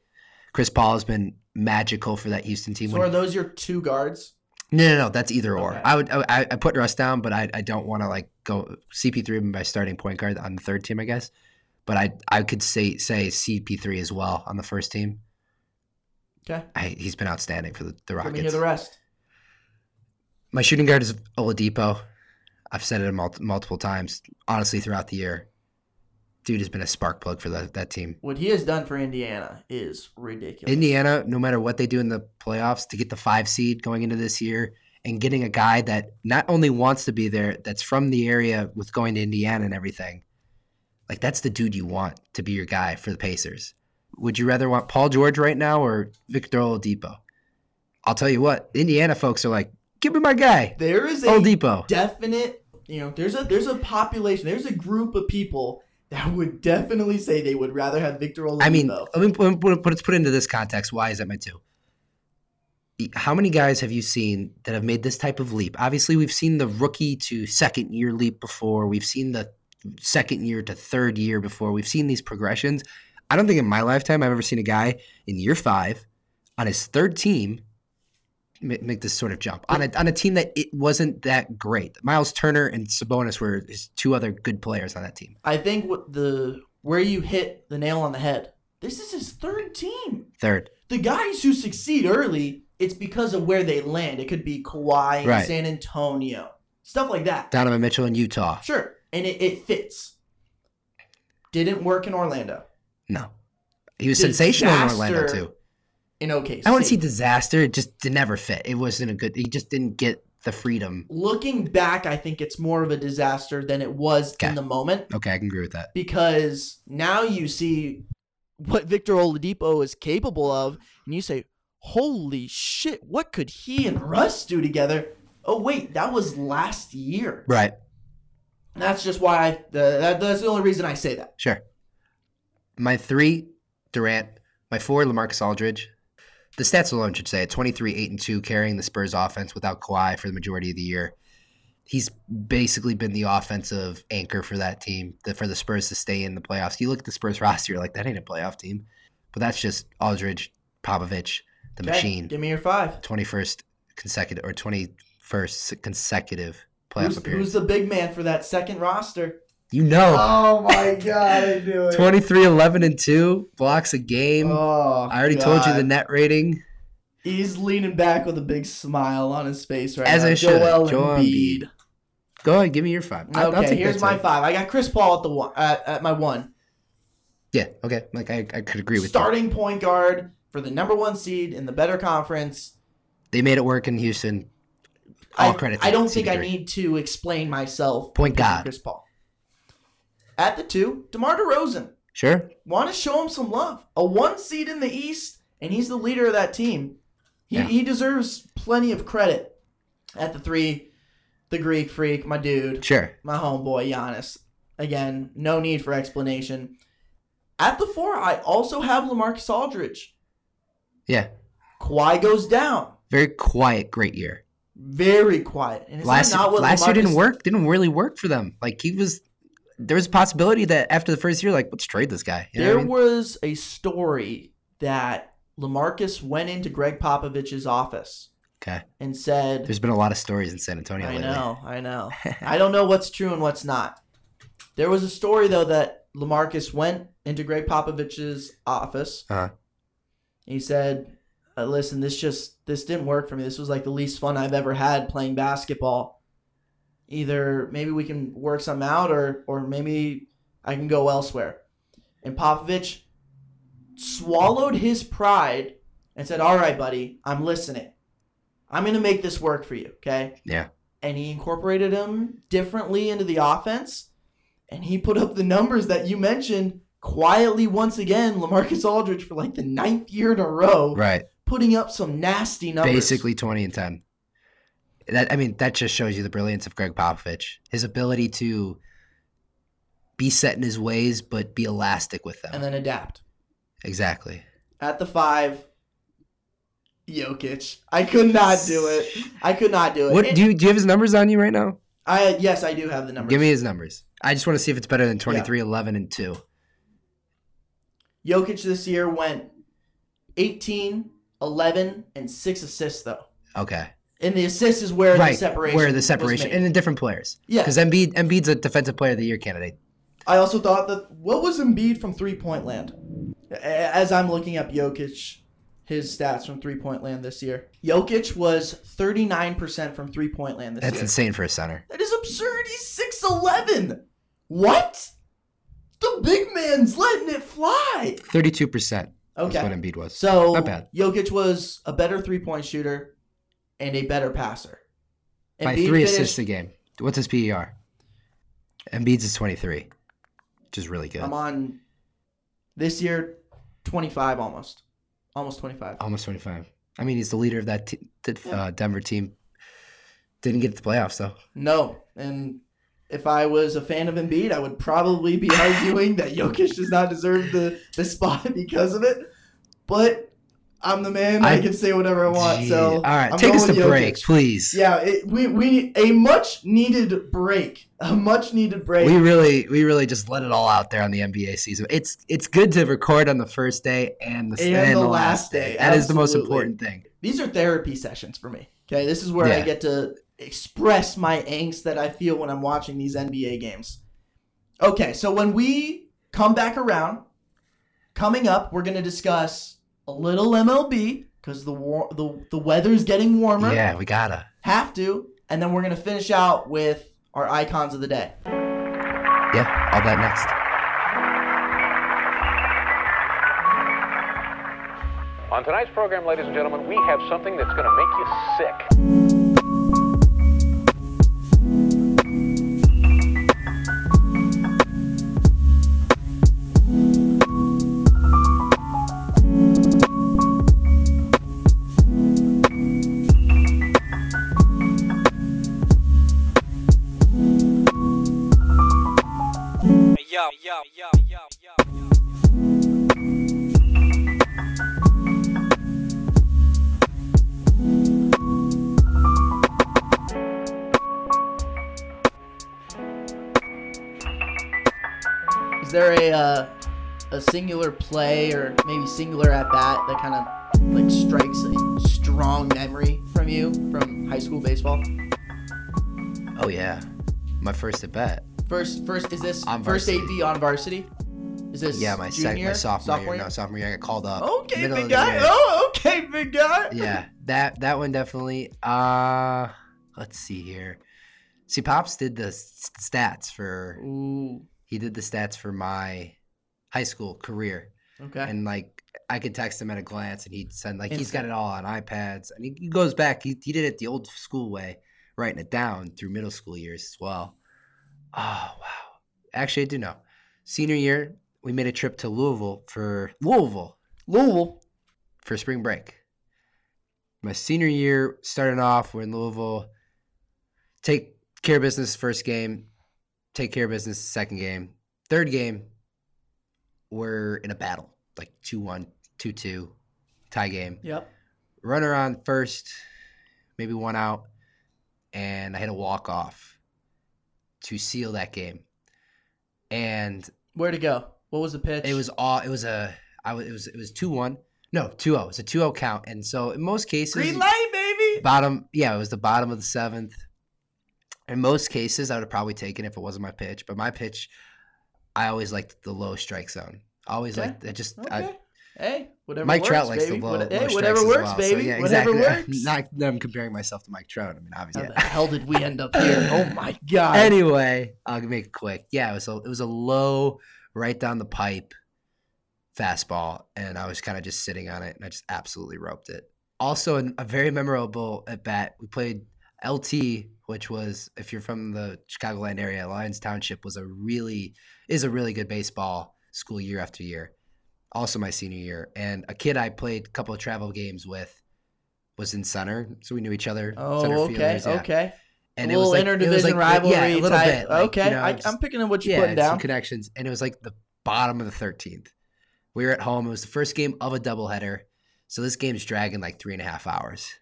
Chris Paul has been magical for that Houston team. So When- are those your two guards? no, no, no, that's either or. Okay. I would I, I put Russ down, but I, I don't want to like go CP3 would be my starting point guard on the third team, I guess. But I I could say say CP3 as well on the first team. Okay. I, he's been outstanding for the, the Let Rockets. me hear the rest. My shooting guard is Oladipo. I've said it mul- multiple times, honestly, throughout the year. Dude has been a spark plug for that, that team. What he has done for Indiana is ridiculous. Indiana, no matter what they do in the playoffs, to get the five seed going into this year and getting a guy that not only wants to be there, that's from the area with going to Indiana and everything, like that's the dude you want to be your guy for the Pacers. Would you rather want Paul George right now or Victor Oladipo? I'll tell you what, Indiana folks are like, give me my guy, there is a Oladipo. definite, you know, there's a there's a population, there's a group of people that would definitely say they would rather have Victor Oladipo. I mean, let me put, put, put, put it into this context. Why is that my two? E, How many guys have you seen that have made this type of leap? Obviously, we've seen the rookie to second year leap before. We've seen the second year to third year before. We've seen these progressions. I don't think in my lifetime I've ever seen a guy in year five on his third team ma- make this sort of jump on a, on a team that it wasn't that great. Miles Turner and Sabonis were his two other good players on that team. I think what the where you hit the nail on the head. This is his third team. Third, The guys who succeed early, it's because of where they land. It could be Kawhi, in Right. San Antonio, stuff like that. Donovan Mitchell in Utah. Sure, and it, it fits. Didn't work in Orlando. No. He was sensational in Orlando Disaster. too. In OKC, I want to see disaster. It just did never fit. It wasn't a good. He just didn't get the freedom. looking back, I think it's more of a disaster than it was Okay. in the moment Okay, I can agree with that. because now you see what Victor Oladipo is capable of, and you say, "Holy shit! What could he and Russ do together?" Oh wait, that was last year. Right. And that's just why I, the, that, that's the only reason I say that. Sure. My three, Durant. My four, Lamarcus Aldridge. The stats alone should say it 23, 8, and 2, carrying the Spurs offense without Kawhi for the majority of the year. He's basically been the offensive anchor for that team, the, for the Spurs to stay in the playoffs. You look at the Spurs roster, you're like, that ain't a playoff team. But that's just Aldridge, Popovich, the Okay, machine. Give me your five. 21st consecutive or 21st consecutive playoff Who's, appearance. who's the big man for that second roster? you know, Oh my god, I knew 23, 11, and 2 blocks a game. Oh, I already told you the God. net rating. He's leaning back with a big smile on his face right As now. I should. Joel Joel Embiid. Go ahead, give me your five. I- I'll Okay, take here's that my too. five. I got Chris Paul at the one, at, at my one. Yeah, okay. Like I, I could agree with you. Starting point guard for the number one seed in the better conference. They made it work in Houston. I, All credit. to I don't CP3. think I need to explain myself. Point because of guard. Chris Paul. At the two, DeMar DeRozan. Sure. Want to show him some love. A one seed in the East, and he's the leader of that team. He, Yeah. he deserves plenty of credit. At the three, the Greek freak, my dude. Sure. my homeboy Giannis. Again, no need for explanation. At the four, I also have Lamarcus Aldridge. Yeah. Kawhi goes down. Very quiet, great year. Very quiet. And is that last not what last year didn't LaMarcus- work. Didn't really work for them. Like he was, there was a possibility that after the first year, like let's trade this guy. You know there what I mean? was a story that Lamarcus went into Greg Popovich's office okay. and said, There's been a lot of stories in San Antonio I lately. know, I know. I don't know what's true and what's not. There was a story though that Lamarcus went into Greg Popovich's office. Uh-huh. He said, uh, "Listen, this just this didn't work for me. This was like the least fun I've ever had playing basketball. Either maybe we can work something out, or or maybe I can go elsewhere." And Popovich swallowed his pride and said, "All right, buddy, I'm listening. I'm gonna make this work for you, okay?" Yeah. and he incorporated him differently into the offense. And he put up the numbers that you mentioned quietly once again. Lamarcus Aldridge for like the ninth year in a row, Right. putting up some nasty numbers. Basically twenty and ten. That I mean, that just shows you the brilliance of Greg Popovich. His ability to be set in his ways, but be elastic with them. and then adapt exactly. at the five. Jokic, I could not do it. I could not do it. What It- do you, do you have his numbers on you right now? I yes, I do have the numbers. Give me his numbers. I just want to see if it's better than 23, 11, and two. Jokic this year went 18, 11, and six assists though. Okay. And the assist is where the right, separation where the was separation made. and the different players. Yeah. because Embiid Embiid's a defensive player of the year candidate. I also thought that what was Embiid from three point land? A- As I'm looking up Jokic, his stats from three point land this year. Jokic was 39% from three point land this That's year. insane for a center. That is absurd. He's 6'11. What? The big man's letting it fly. Thirty-two percent. Okay. That's what Embiid was. So Not bad. Jokic was a better three point shooter and a better passer. By Embiid three finished- assists a game. What's his PER? Embiid's is twenty-three, which is really good. I'm on this year 25 almost. Almost 25. Almost twenty-five. I mean, he's the leader of that te- that, uh, Denver team. Didn't get to the playoffs though. No. And if I was a fan of Embiid, I would probably be arguing that Jokic does not deserve the, the spot because of it. But I'm the man. I, I- can say whatever I want. Gee. So all right, I'm take us to going with break, Jokic. please. Yeah, it, we we need a much needed break. A much needed break. We really, we really just let it all out there on the NBA season. It's it's good to record on the first day and the, And the last day, That is the most absolutely. important thing. These are therapy sessions for me. Okay, this is where I Yeah. get to express my angst that I feel when I'm watching these NBA games. Okay, so when we come back around, coming up, we're going to discuss a little MLB because the war- the the weather's getting warmer. Yeah, we gotta. Have to, and then we're going to finish out with our icons of the day. Yeah, all that next. On tonight's program, ladies and gentlemen, we have something that's going to make you sick. Is there a uh, a singular play or maybe singular at bat that kind of like strikes a strong memory from you from high school baseball? Oh yeah, my first at bat. First, first is this On first AD varsity. on varsity? Is this Yeah, my sec- junior, my sophomore, year. No, sophomore year, I got called up. Okay, middle of big the guy. year. Oh, okay, big guy. yeah, that that one definitely. Uh let's see here. See, Pops did the s- stats for Ooh. he did the stats for my high school career, Okay. and like I could text him at a glance, and he'd send like he's got Instant. it all on iPads, and he, he goes back. He he did it the old school way, writing it down through middle school years as well. Oh wow! Actually, I do know. Senior year, we made a trip to Louisville for Louisville Louisville. for spring break. My senior year started off, we're in Louisville. Take care of business first game, take care of business second game. Third game, we're in a battle, like 2 1, 2 2, tie game. Yep. Runner on first, maybe one out, and I hit a walk off to seal that game. And Where to go? What was the pitch? it was all. It was a. I was. It was. It was two one. No, 2 0. It's a 2 0 count. And so in most cases, green light, baby. bottom. Yeah, it was the bottom of the seventh. In most cases, I would have probably taken it if it wasn't my pitch. But my pitch, I always liked the low strike zone. Always Okay. liked. I just. Okay. I, hey, whatever. Mike works, Trout likes baby. the low. What- low hey, strikes whatever as works, well. So, baby. yeah, whatever exactly. works. Not that I'm comparing myself to Mike Trout. I mean, obviously. How yeah. the hell did we end up here? Oh my god. anyway, I'll make it quick. Yeah, it was a it was a low, right down the pipe fastball, and I was kind of just sitting on it, and I just absolutely roped it. Also, an, a very memorable at bat. We played LT, which was if you're from the Chicagoland area, Lions Township was a really is a really good baseball school year after year. Also, my senior year, and a kid I played a couple of travel games with was in center, so we knew each other. center oh, okay, fielders, yeah okay. and a little it was like, it was interdivision like, rivalry yeah, a little type. bit. like, okay, you know, I, just- I'm picking up what you're yeah, putting down. some connections, and it was like the bottom of the thirteenth. We were at home. It was the first game of a doubleheader, so this game's dragging like three and a half hours,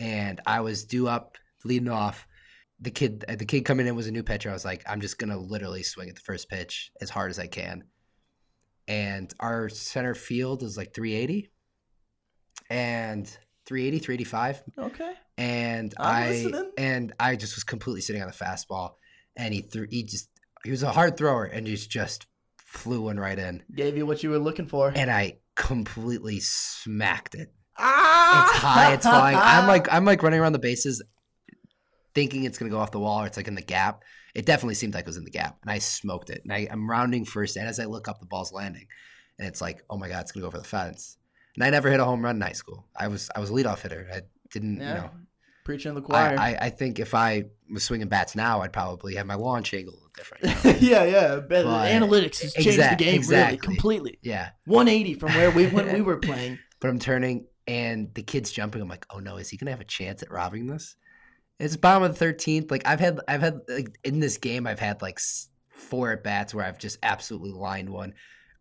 and I was due up leading off. The kid, the kid coming in was a new pitcher. I was like, I'm just gonna literally swing at the first pitch as hard as I can. And our center field is like 380, and 380, 385 okay. and I'm i listening. and I just was completely sitting on the fastball, and he threw. He just he was a hard thrower, and he's just flew one right in, Gave you what you were looking for. and I completely smacked it. ah! It's high, it's flying. I'm like I'm like running around the bases, thinking it's gonna go off the wall or it's like in the gap. It definitely seemed like it was in the gap, and I smoked it. And I, I'm rounding first, and as I look up, the ball's landing, and it's like, oh my god, it's gonna go over the fence. And I never hit a home run in high school. I was I was a leadoff hitter. I didn't Yeah. you know preaching to the choir. I, I, I think if I was swinging bats now, I'd probably have my launch angle different. you know? yeah, yeah. But the But- analytics has changed exact- the game really exactly. completely. yeah, 180 from where we when we were playing. but I'm turning and the kid's jumping. I'm like, oh no, is he gonna have a chance at robbing this? It's bottom of the thirteenth. Like I've had, I've had like in this game, I've had like s- four at bats where I've just absolutely lined one.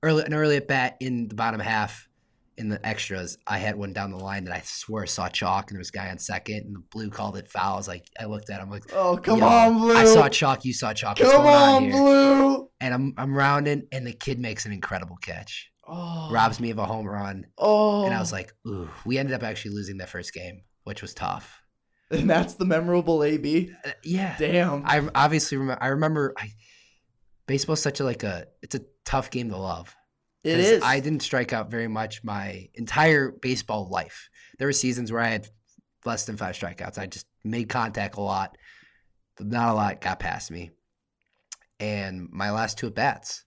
Early an early at bat in the bottom half, in the extras, I had one down the line that I swear saw chalk, and there was a guy on second, and the blue called it foul. I was like, I looked at him, like, Oh, come yo, on, Blue. I saw chalk, you saw chalk. What's come going on, on, here? Blue. and I'm I'm rounding, and the kid makes an incredible catch, Oh, robs me of a home run, Oh, and I was like, "Ooh!" We ended up actually losing that first game, which was tough. and that's the memorable AB. Uh, yeah, Damn. I obviously remember. I remember. I baseball's such a like a it's a tough game to love. it 'Cause is. I didn't strike out very much my entire baseball life. There were seasons where I had less than five strikeouts. I just made contact a lot. Not a lot got past me. And my last two at bats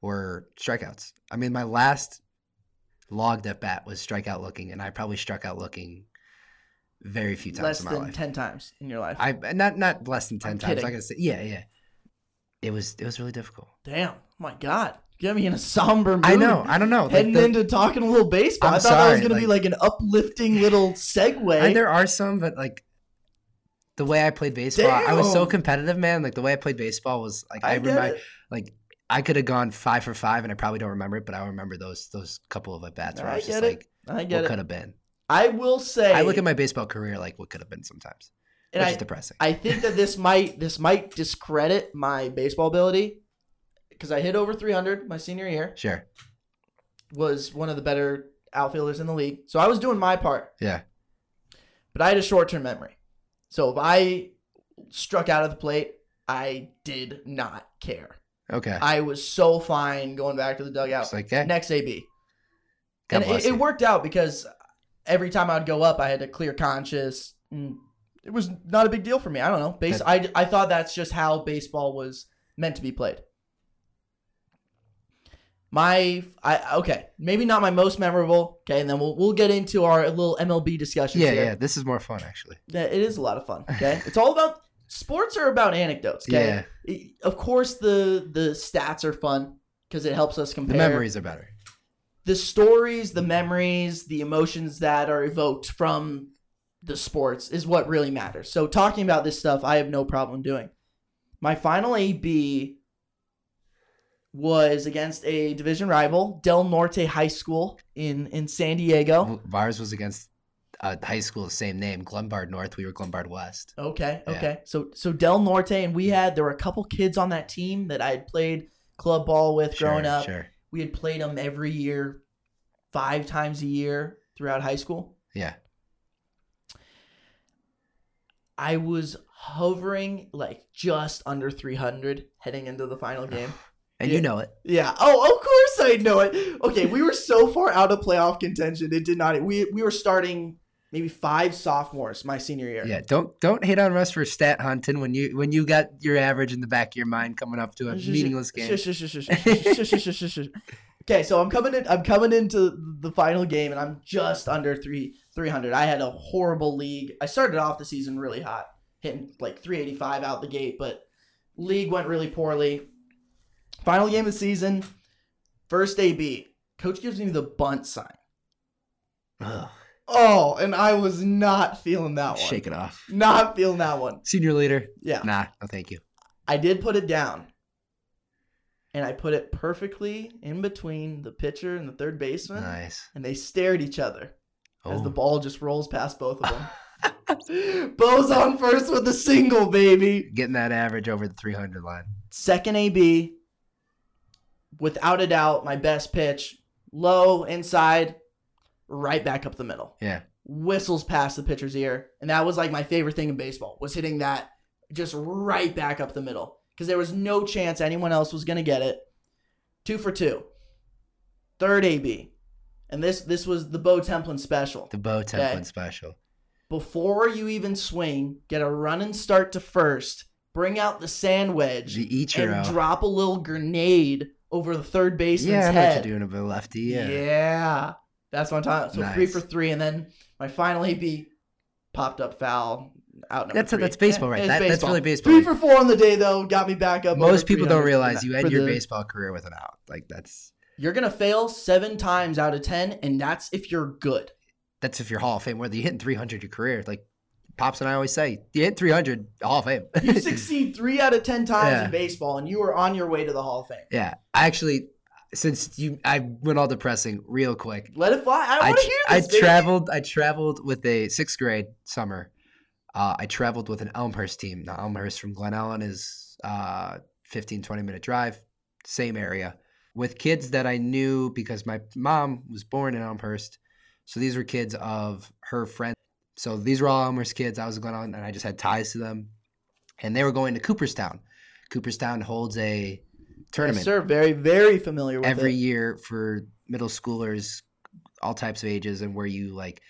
were strikeouts. I mean, my last logged at bat was strikeout looking, and I probably struck out looking very few times less in my than life. 10 times in your life. I not not less than 10 I'm times. kidding. Like I said, yeah, yeah. It was it was really difficult. Damn. My God. You got me in a somber mood. I know. I don't know. Like, Heading the- into talking a little baseball. i I'm thought that was sorry, going to be like an uplifting little segue. And there are some, but like the way I played baseball, I was so Damn. competitive, man. Like the way I played baseball was like I I, get remember, it. like I could have gone five for five, and I probably don't remember it, but I remember those those couple of at bats where I, I was get just it. like, I get what it. could have been? I will say. I look at my baseball career like what could have been sometimes, and which I- is depressing. I think that this might this might discredit my baseball ability because I hit over 300 my senior year sure, was one of the better outfielders in the league. So I was doing my part, Yeah. but I had a short term memory. So if I struck out of the plate, I did not care. Okay. I was so fine going back to the dugout. It's like, okay. Next AB. God and bless it, you. it worked out because every time I'd go up, I had a clear conscience. And it was not a big deal for me. I don't know. Base, I, I thought that's just how baseball was meant to be played. My, I okay, maybe not my most memorable. Okay, and then we'll we'll get into our little MLB discussions. Yeah, here. yeah. This is more fun actually. Yeah, it is a lot of fun. Okay, it's all about sports are about anecdotes. Okay, It- of course the the stats are fun because it helps us The compare memories are better. the stories, the memories, the emotions that are evoked from the sports is what really matters. So talking about this stuff, I have no problem doing. My final AB was against a division rival, Del Norte High School in in San Diego. Ours was against a high school the same name, Glenbard North. We were Glenbard West. Okay, Yeah. Mm. okay. So so Del Norte and we had there were a couple kids on that team that I had played club ball with Sure, growing up. Sure. We had played them every year, five times a year throughout high school. Yeah. I was hovering like just under 300 heading into the final game. And Yeah. you know it. Yeah. Oh, of course I know it. Okay, we were so far out of playoff contention. It did not. We we were starting maybe five sophomores my senior year. Yeah. Don't don't hate on us for stat hunting when you when you got your average in the back of your mind coming up to a Shush, meaningless shush, game. shush, shush, shush, shush, shush, shush, shush, shush. Okay, so I'm coming in. I'm coming into the final game, and I'm just under three 300. I had a horrible league. I started off the season really hot, hitting like 385 out the gate, but league went really poorly. Final game of the season, first AB. Coach gives me the bunt sign. Ugh, Oh, and I was not feeling that one. shake it off. Not feeling that one. Senior leader. Yeah. Nah, no thank you. I did put it down. And I put it perfectly in between the pitcher and the third baseman. Nice. And they stare at each other as Oh. the ball just rolls past both of them. Bo's on first with a single, baby. Getting that average over the 300 line. Second AB, without a doubt, my best pitch. Low, inside, right back up the middle. Yeah. Whistles past the pitcher's ear. And that was like my favorite thing in baseball, was hitting that just right back up the middle. Because there was no chance anyone else was gonna get it. Two for two. Third A B. And this this was the Bo Templin special. The Bo Templin special. Before you even swing, get a run and start to first, bring out the sand wedge The and Ichiro. drop a little grenade over the third baseman's Yeah, I know head. what you're doing about lefty. Yeah. Yeah. That's what I'm talking. So three Nice. for three, and then my final AB popped up foul out number That's- three. that's baseball, right? It's That- that's really baseball. Three for four on the day though got me back up. over Most people don't 300 realize you for end your the- baseball career with an out. Like that's You're gonna fail seven times out of ten, and that's if you're good. that's if you're Hall of Fame. Whether you hitting 300 your career, like Pops and I always say, you hit 300 Hall of Fame. You succeed three out of ten times Yeah. in baseball, and you are on your way to the Hall of Fame. yeah, I actually, since you, I went all depressing real quick. Let it fly. I I, want to tr- hear I this. baby. traveled. I traveled with a sixth grade summer. Uh, I traveled with an Elmhurst team. Now Elmhurst from Glen Ellen is uh, 15, 20 minute drive, same area, with kids that I knew because my mom was born in Elmhurst. So these were kids of her friend. So these were all Elmhurst kids. I was in Glen Ellen, and I just had ties to them. And they were going to Cooperstown. Cooperstown holds a tournament Yes, sir, very very familiar with every it. year for middle schoolers all types of ages and where you like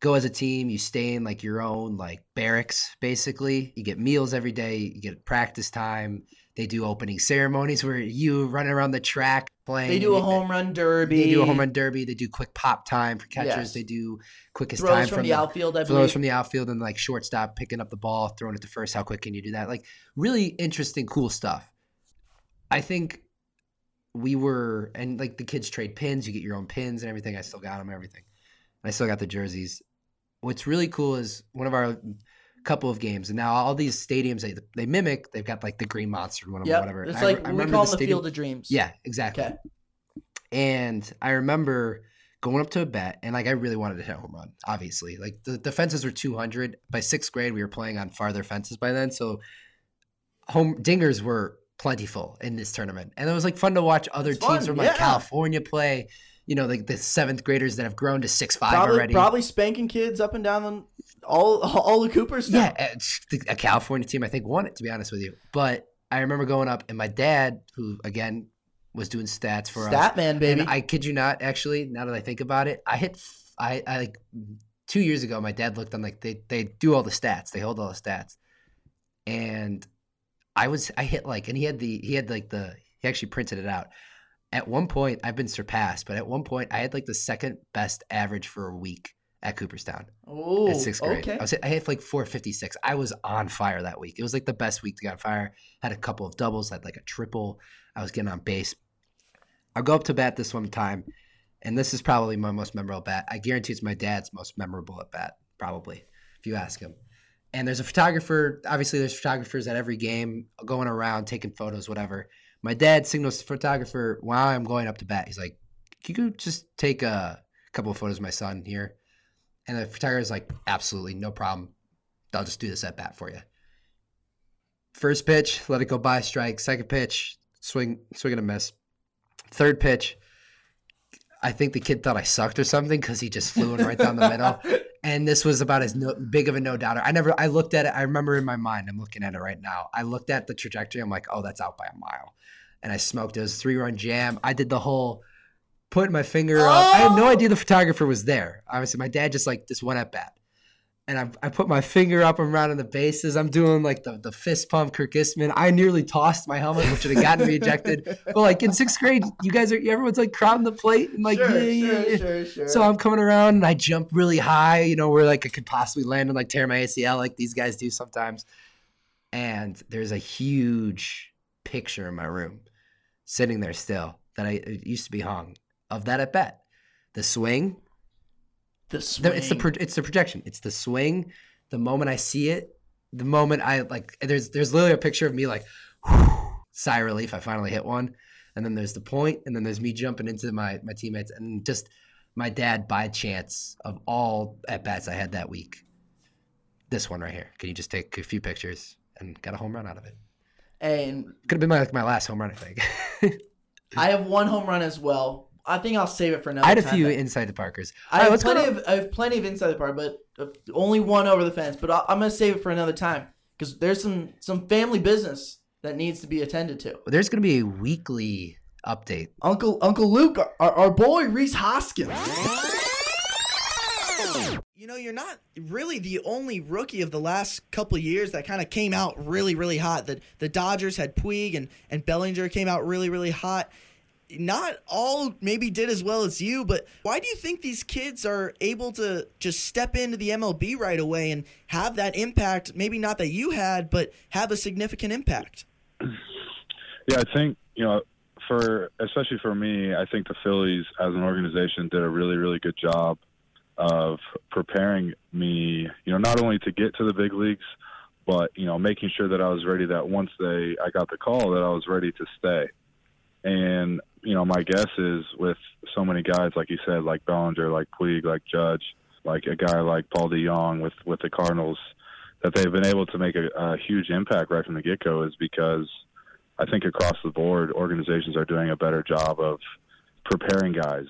go as a team you stay in like your own like barracks basically you get meals every day you get practice time they do opening ceremonies where you run around the track playing They do a home run derby. they do a home run derby they do quick pop time for catchers Yes. they do quickest throws time from, the outfield. I throws believe. from the outfield and like shortstop picking up the ball, throwing it to first. How quick can you do that? Like really interesting, cool stuff. I think we were and like the kids trade pins. You get your own pins and everything. I still got them, everything. And I still got the jerseys. What's really cool is one of our couple of games, and now all these stadiums they they mimic. They've got like the green monster, one of them, Yep. whatever. It's I- like I we remember call the them the stadium- field of dreams. yeah, exactly. Okay. And I remember going up to a bet, and like I really wanted to hit a home run, obviously. Like the, the fences were 200. By sixth grade, we were playing on farther fences by then. So home dingers were plentiful in this tournament. And it was like fun to watch other It's teams fun, from like yeah. California play. you know, like the seventh graders that have grown to six five Probably, already. probably spanking kids up and down the, all all the Coopers. Now. Yeah, eh, it's- the- a California team I think won it. To be honest with you, but I remember going up and my dad, who again was doing stats for us, stat man, baby. And I kid you not, actually, now that I think about it, I hit f- I, I like two years ago my dad looked on like they they do all the stats, they hold all the stats. And I was I hit like and he had the he had like the he actually printed it out. At one point I've been surpassed, but at one point I had like the second best average for a week at Cooperstown oh, at sixth grade. okay. I was I hit like 456. I was on fire that week. It was like the best week to get on fire. Had a couple of doubles, had like a triple. I was getting on base. I'll go up to bat this one time, and this is probably my most memorable bat. I guarantee it's my dad's most memorable at bat, probably, if you ask him. And there's a photographer, obviously, there's photographers at every game going around taking photos, whatever. My dad signals the photographer while I'm going up to bat. He's like, Can you just take a couple of photos of my son here? And the photographer's like, absolutely, no problem. I'll just do this at bat for you. First pitch, let it go by, strike. Second pitch, swing, swing and a miss. Third pitch, I think the kid thought I sucked or something because he just flew in right down the middle. And this was about as no, big of a no doubter. I never, I looked at it. I remember in my mind, I'm looking at it right now. I looked at the trajectory. I'm like, oh, that's out by a mile. And I smoked. It was three run jam. I did the whole putting my finger up. I had no idea the photographer was there. Obviously, my dad just like this one at bat. And I, I put my finger up. I'm rounding the bases. I'm doing like the, the fist pump, Kirk Isman. I nearly tossed my helmet, which would have gotten me ejected. But like in sixth grade, you guys are everyone's like crowding the plate and like sure, yeah, yeah, sure, yeah. sure, sure. So I'm coming around and I jump really high, you know, where like I could possibly land and like tear my ACL like these guys do sometimes. And there's a huge picture in my room sitting there still that I it used to be hung of that at bat. The swing, the the- it's the swing. pro- it's the projection. It's the swing. The moment I see it, the moment I like, there's there's literally a picture of me like, whew, sigh of relief. I finally hit one, and then there's the point, and then there's me jumping into my my teammates, and just my dad by chance of all at bats I had that week, this one right here. Can you just take a few pictures and got a home run out of it? and Could have been my like my last home run, I think. I have one home run as well. I think I'll save it for another. I had a time, few though. inside the Parkers. I All right, have let's go plenty to- of I have plenty of inside the part, but uh, only one over the fence. But I, I'm gonna save it for another time because there's some some family business that needs to be attended to. there's going to be a weekly update Uncle Uncle Luke, our, our- our boy Reese Hoskins. You know, you're not really the only rookie of the last couple of years that kind of came out really, really hot. The the Dodgers had Puig and and Bellinger came out really, really hot. Not all maybe did as well as you, but why do you think these kids are able to just step into the MLB right away and have that impact? Maybe not that you had, but have a significant impact. Yeah, I think you know, for especially for me, I think the Phillies as an organization did a really, really good job of preparing me. You know, not only to get to the big leagues, but you know, making sure that I was ready. That once they I got the call, that I was ready to stay. And you know, my guess is with so many guys, like you said, like Bellinger, like Puig, like Judge, like a guy like Paul DeYoung with with the Cardinals, that they've been able to make a, a huge impact right from the get go is because I think across the board, organizations are doing a better job of preparing guys.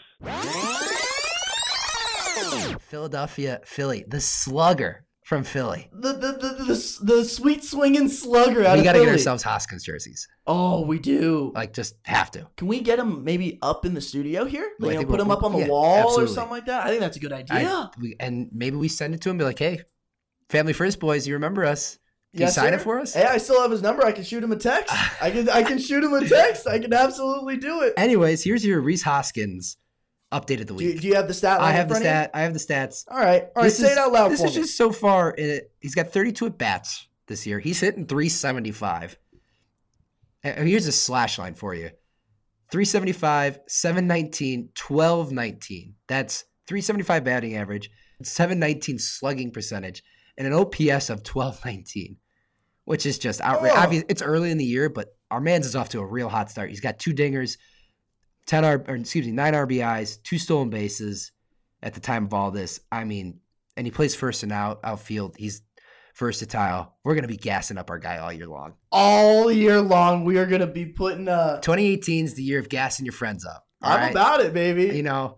Philadelphia, Philly, the slugger from Philly. The the the, the, the sweet swinging slugger out We of got to get Philly. ourselves Hoskins jerseys. Oh, we do. Like, just have to. Can we get him maybe up in the studio here? Well, I Like, think put we'll- him up on the yeah, wall absolutely. or something like that. I think that's a good I- idea. we, and maybe we send it to him. Be like, hey, Family First Boys, you remember us? Can you sign sir. it for us? Hey, I still have his number. I can shoot him a text. I can I can shoot him a text. I can absolutely do it. Anyways, here's your Reese Hoskins update of Do, the week. you- do you have the stat line I in have the front of you? stat. I have the stats. All right. All right, This say is- it out loud This for is me. just so far. uh, He's got 32 at bats this year. He's hitting 375. Uh, Here's a slash line for you 375, 719, 1219. That's 375 batting average, 719 slugging percentage, and an OPS of 1219, which is just outrageous. Oh. Obvious It's early in the year, but our man's is off to a real hot start. He's got two dingers, 10 R, or excuse me, nine RBIs, two stolen bases at the time of all this. I mean, and he plays first and out outfield. He's versatile. We're gonna be gassing up our guy all year long. All year long, we are gonna be putting uh 2018 is the year of gassing your friends up. all I'm right? about it, baby. you know,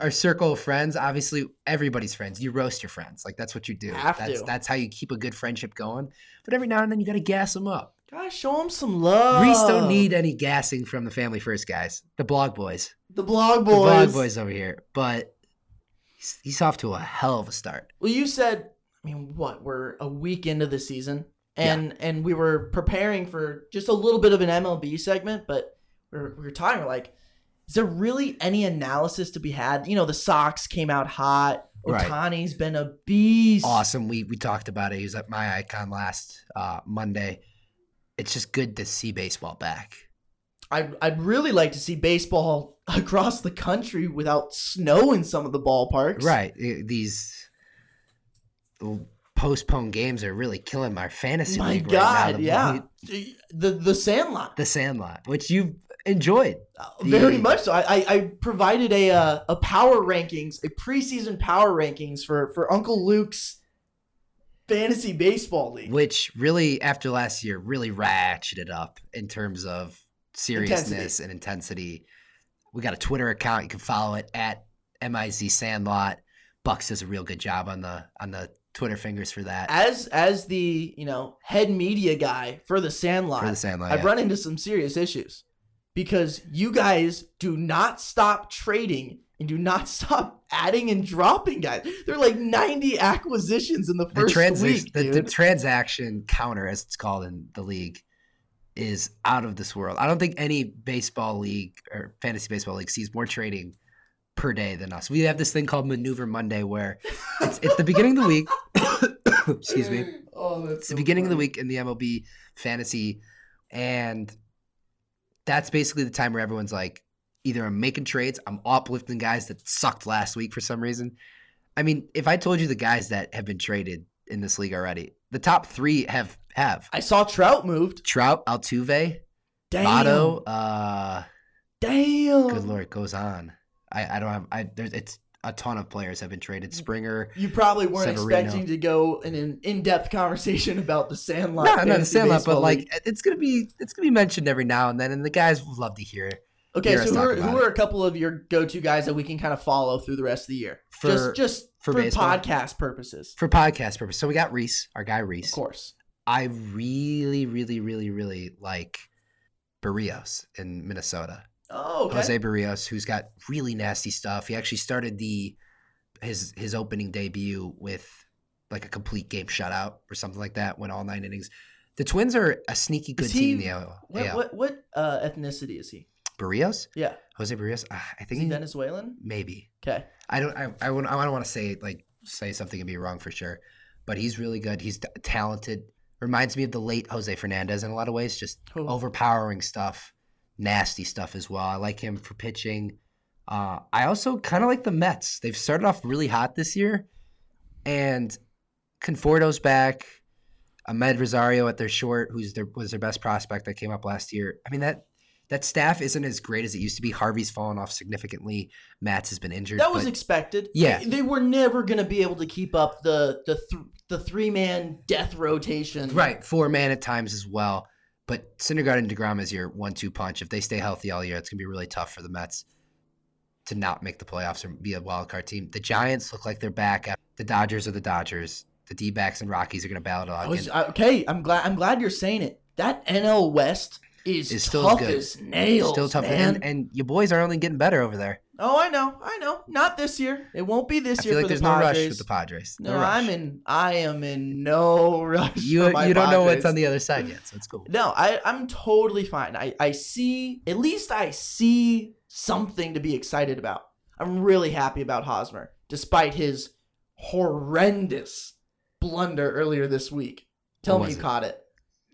our circle of friends, obviously everybody's friends. You roast your friends. Like that's what you do. Have that's to. that's how you keep a good friendship going. But every now and then you got to gas them up. Gotta show him some love. Reese don't need any gassing from the family first guys, the blog boys, the blog the boys. blog boys over here. But he's, he's off to a hell of a start. Well, you said, I mean, what? We're a week into the season, and and we were preparing for just a little bit of an MLB segment, but we were, we were talking we're like, is there really any analysis to be had? You know, the Sox came out hot. Right. Otani's been a beast. Awesome. We we talked about it. He was at my icon last uh, Monday. It's just good to see baseball back. I'd, I'd really like to see baseball across the country without snow in some of the ballparks. Right. i- These l- postponed games are really killing my fantasy My league right now. God, The- yeah. The the Sandlot. The Sandlot, which you've enjoyed. Very The- much so. I, I, I provided a uh, a power rankings, a preseason power rankings for, for Uncle Luke's fantasy baseball league. Which really, after last year, really ratcheted up in terms of seriousness Intensity. and intensity. We got a Twitter account. You can follow it at MIZ Sandlot. Bucks does a real good job on the on the Twitter fingers for that. As as the you know head media guy for the Sandlot, For the Sandlot, I've yeah. run into some serious issues because you guys do not stop trading and do not stop adding and dropping guys. There are like ninety acquisitions in the the, first trans- week, the, dude. the transaction counter, as it's called in the league, is out of this world. I don't think any baseball league or fantasy baseball league sees more trading per day than us. We have this thing called Maneuver Monday where it's, it's the beginning of the week. excuse me. oh, that's It's so the beginning of the funny. week in the MLB fantasy, and that's basically the time where everyone's like, either I'm making trades, I'm uplifting guys that sucked last week for some reason. I mean, if I told you the guys that have been traded in this league already, the top three have have I saw Trout moved. Trout, Altuve, Damn. Votto. Uh, Damn. good lord, it goes on. I, I don't have. I there's it's a ton of players have been traded. Springer. You probably weren't Severino. expecting to go in an in-depth conversation about the Sandlot. No, not the fantasy same lot, but baseball like league. it's gonna be it's gonna be mentioned every now and then, and the guys would love to hear it. okay, hear us so who talk are, about who it. are a couple of your go-to guys that we can kind of follow through the rest of the year, For- just just for for, baseball? podcast purposes, for podcast purpose. So we got Reese, our guy of Reese. course. I really, really, really, really like Barrios in Minnesota. Oh, okay. Jose Barrios, who's got really nasty stuff. He actually started the his his opening debut with like a complete game shutout or something like that. Went all nine innings. The Twins are a sneaky good Is team in he- the AL. what what what uh, ethnicity is he? Barrios, Yeah, Jose Barrios. Ah, I is think he he- Venezuelan? maybe Okay, I don't. I. I, wouldn't- I don't want to say like say something and be wrong for sure, but he's really good. He's t- talented. Reminds me of the late Jose Fernandez in a lot of ways. Just Cool. overpowering stuff, nasty stuff as well. I like him for pitching. Uh, I also kind of like the Mets. They've started off really hot this year, and Conforto's back. Ahmed Rosario at their short, who's their was their best prospect that came up last year. I mean that that staff isn't as great as it used to be. Harvey's fallen off significantly. Matt's has been injured. that was but- expected. Yeah. they, they were never going to be able to keep up the the th- the three man death rotation. Right, four man at times as well. But Syndergaard and Degrom is your one-two punch. If they stay healthy all year, it's gonna be really tough for the Mets to not make the playoffs or be a wild card team. The Giants look like they're back. The Dodgers are the Dodgers. The D-backs and Rockies are gonna battle it I out was again. I- okay. I'm glad. I'm glad you're saying it. That NL West is, It's still tough good. as nails, Still tough, man. and, and your boys are only getting better over there. oh, I know. I know. Not this year. It won't be this I year feel like for there's the no Padres. rush with the Padres. no, rush. I'm in. I am in no rush. You for my you don't know what's Padres. on the other side yet, so it's cool. No, I, I'm totally fine. I, I see, at least I see something to be excited about. I'm really happy about Hosmer, despite his horrendous blunder earlier this week. Tell What me was you it? caught it.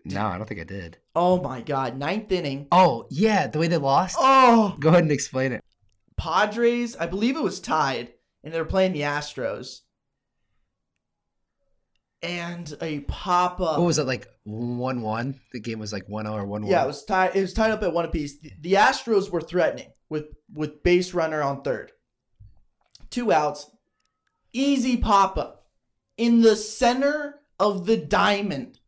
No, I don't think I did. Oh my God. Ninth inning. Oh yeah, the way they lost. Oh, Go ahead and explain it. Padres, I believe it was tied, and they were playing the Astros. And a pop up. What was it like? One one. The game was like one or one one. Yeah, it was tied. It was tied up at one apiece. The, the Astros were threatening with with base runner on third, two outs, easy pop up in the center of the diamond,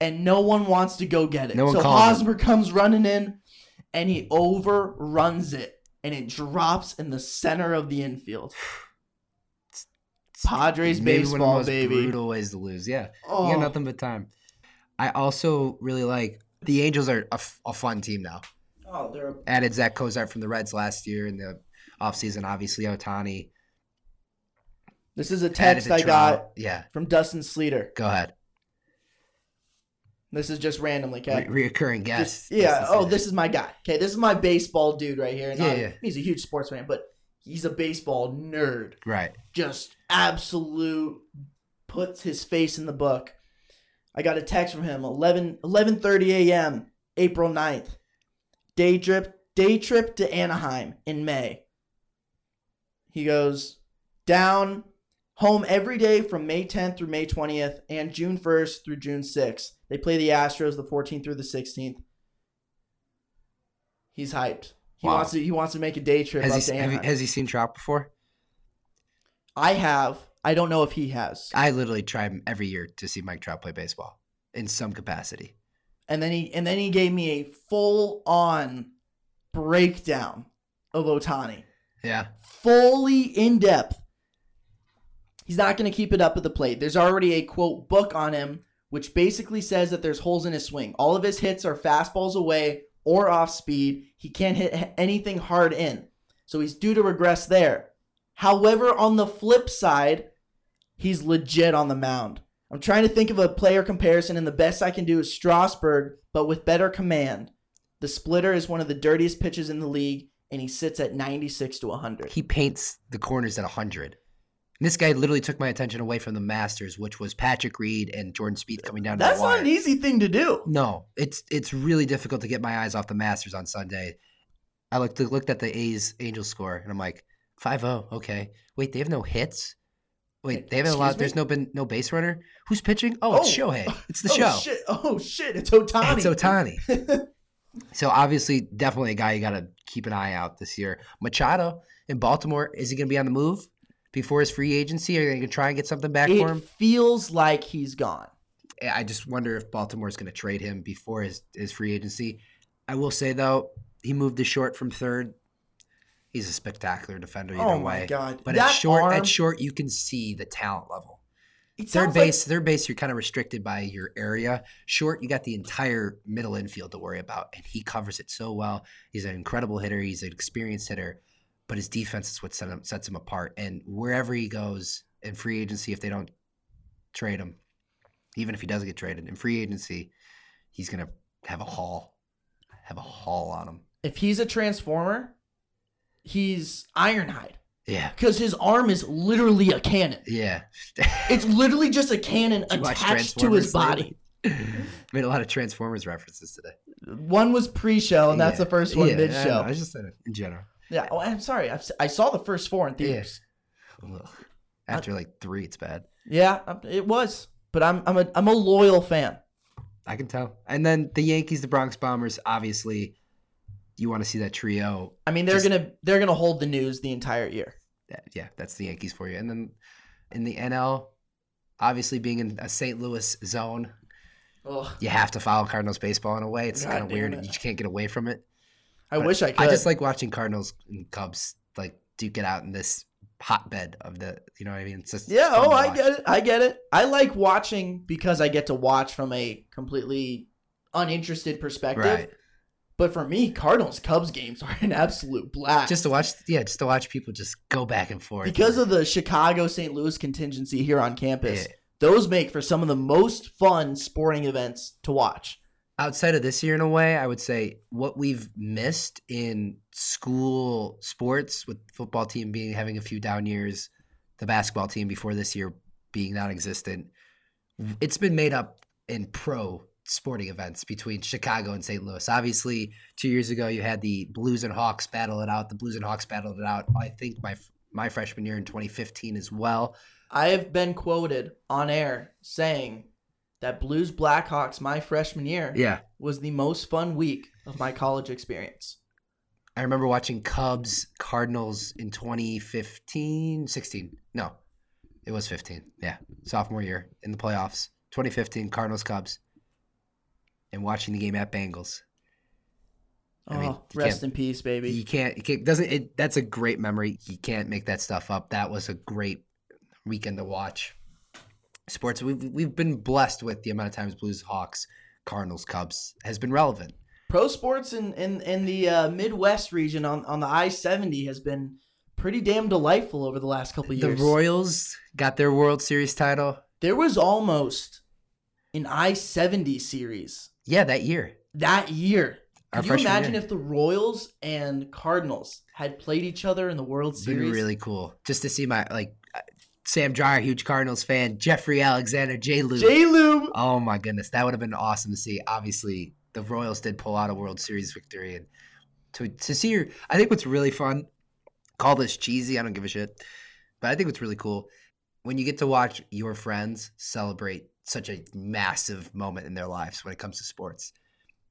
and no one wants to go get it. No one so called it. Hosmer comes running in, and he overruns it and it drops in the center of the infield. Padres Maybe one of the baseball, most baby. Brutal ways to lose. Yeah, you Oh. got nothing but time. I also really like the Angels are a, f- a fun team now. Oh, they're a- Added Zach Kozart from the Reds last year in the offseason. Obviously, Otani. this is a text I got Yeah, from Dustin Sleater. go ahead. This is just randomly, okay? Re- reoccurring guest. yeah. That's the Oh, thing. this is my guy. Okay, this is my baseball dude right here. And Yeah, I'm- yeah. He's a huge sports fan, but he's a baseball nerd. Right. just absolute puts his face in the book. I got a text from him 11 11:30 a.m. April 9th. Day trip day trip to Anaheim in May. He goes down home every day from May 10th through May 20th and June 1st through June 6th. They play the Astros the 14th through the 16th. He's hyped. He Wow. wants to he wants to make a day trip up Has to he, have Anaheim. he- has he seen Trout before? I have. I don't know if he has. I literally try every year to see Mike Trout play baseball in some capacity. and then he and then he gave me a full on breakdown of Otani, Yeah. fully in depth. He's not going to keep it up at the plate. There's already a quote book on him, which basically says that there's holes in his swing. All of his hits are fastballs away or off speed. He can't hit h- anything hard in, so he's due to regress there. However, on the flip side, he's legit on the mound. I'm trying to think of a player comparison, and the best I can do is Strasburg, but with better command. The splitter is one of the dirtiest pitches in the league, and he sits at 96 to 100. He paints the corners at 100. And this guy literally took my attention away from the Masters, which was Patrick Reed and Jordan Spieth coming down to That's the wire. not an easy thing to do. No, it's it's really difficult to get my eyes off the Masters on Sunday. I looked looked at the A's Angels score and I'm like 5-0, okay. Wait, they have no hits. Wait, they haven't Excuse allowed. me? There's no been no base runner. Who's pitching? Oh, it's Oh. Shohei. It's the oh, show. Shit. Oh, shit. It's Otani. It's Otani. so obviously, definitely a guy you got to keep an eye out this year. Machado in Baltimore is he going to be on the move before his free agency? Are they going to try and get something back for It him? Eh, feels like he's gone. I just wonder if Baltimore's going to trade him before his his free agency. I will say though, he moved to short from third. He's a spectacular defender either Oh, my way. God. But That at short, arm- at short, you can see the talent level. It Third sounds like- base, third base, you're kind of restricted by your area. Short, you got the entire middle infield to worry about, and he covers it so well. He's an incredible hitter. He's an experienced hitter, but his defense is what set him, sets him apart. And wherever he goes in free agency, if they don't trade him, even if he does get traded in free agency, he's gonna have a haul, have a haul on him. if he's a transformer, he's Ironhide Yeah, because his arm is literally a cannon. yeah. It's literally just a cannon you watch attached to his Transformers body. Made a lot of Transformers references today. One was pre-show, and that's Yeah. the first one Yeah, I know. I mid-show. was just saying it in general. Yeah. Oh, I'm sorry. I've, si saw the first four in theaters. Ugh. After like three, it's bad. Yeah, um, it was. But I'm I'm a I'm a loyal fan. I can tell. And then the Yankees, the Bronx Bombers, obviously, you want to see that trio. I mean, they're Just- gonna they're gonna hold the news the entire year. That- yeah, that's the Yankees for you. And then in the NL, obviously being in a St. Louis zone, Ugh, you have to follow Cardinals baseball in a way. It's God kind of damn weird. it. You just can't get away from it. I But wish I could. I just like watching Cardinals and Cubs like duke it out in this hotbed of the. You know what I mean? It's just yeah. fun Oh, to I watch. get it. I get it. I like watching because I get to watch from a completely uninterested perspective. Right. But for me, Cardinals Cubs games are an absolute blast. Just to watch, yeah, just to watch people just go back and forth because of the Chicago St. Louis contingency here on campus, Yeah. those make for some of the most fun sporting events to watch. outside of this year in a way i would say what we've missed in school sports with football team being having a few down years the basketball team before this year being non-existent it's been made up in pro sporting events between chicago and st louis obviously two years ago you had the blues and hawks battle it out the blues and hawks battled it out i think my my freshman year in 2015 as well I have been quoted on air saying that Blues Blackhawks my freshman year yeah was the most fun week of my college experience. I remember watching Cubs Cardinals in 2015, 16. No, it was 15. Yeah, sophomore year in the playoffs, 2015 Cardinals Cubs, and watching the game at Bengals. I mean, oh, you rest can't- in peace, baby. You can't, you can't doesn't it that's a great memory. You can't make that stuff up. That was a great weekend to watch. Sports we've we've been blessed with the amount of times Blues, Hawks, Cardinals, Cubs has been relevant. Pro sports in in, in the uh, Midwest region on on the I seventy has been pretty damn delightful over the last couple of The years. Royals got their World Series title. there was almost an I seventy series Yeah, that year. that year. Our Could you freshman imagine year. if the Royals and Cardinals had played each other in the World It'd be Series? really cool just to see my like uh, Sam Dreyer, huge Cardinals fan, Jeffrey Alexander, Jay Lou. J. Lube. Oh my goodness, that would have been awesome to see. Obviously, the Royals did pull out a World Series victory, and to to see your, I think what's really fun. Call this cheesy, I don't give a shit, but I think what's really cool when you get to watch your friends celebrate such a massive moment in their lives when it comes to sports.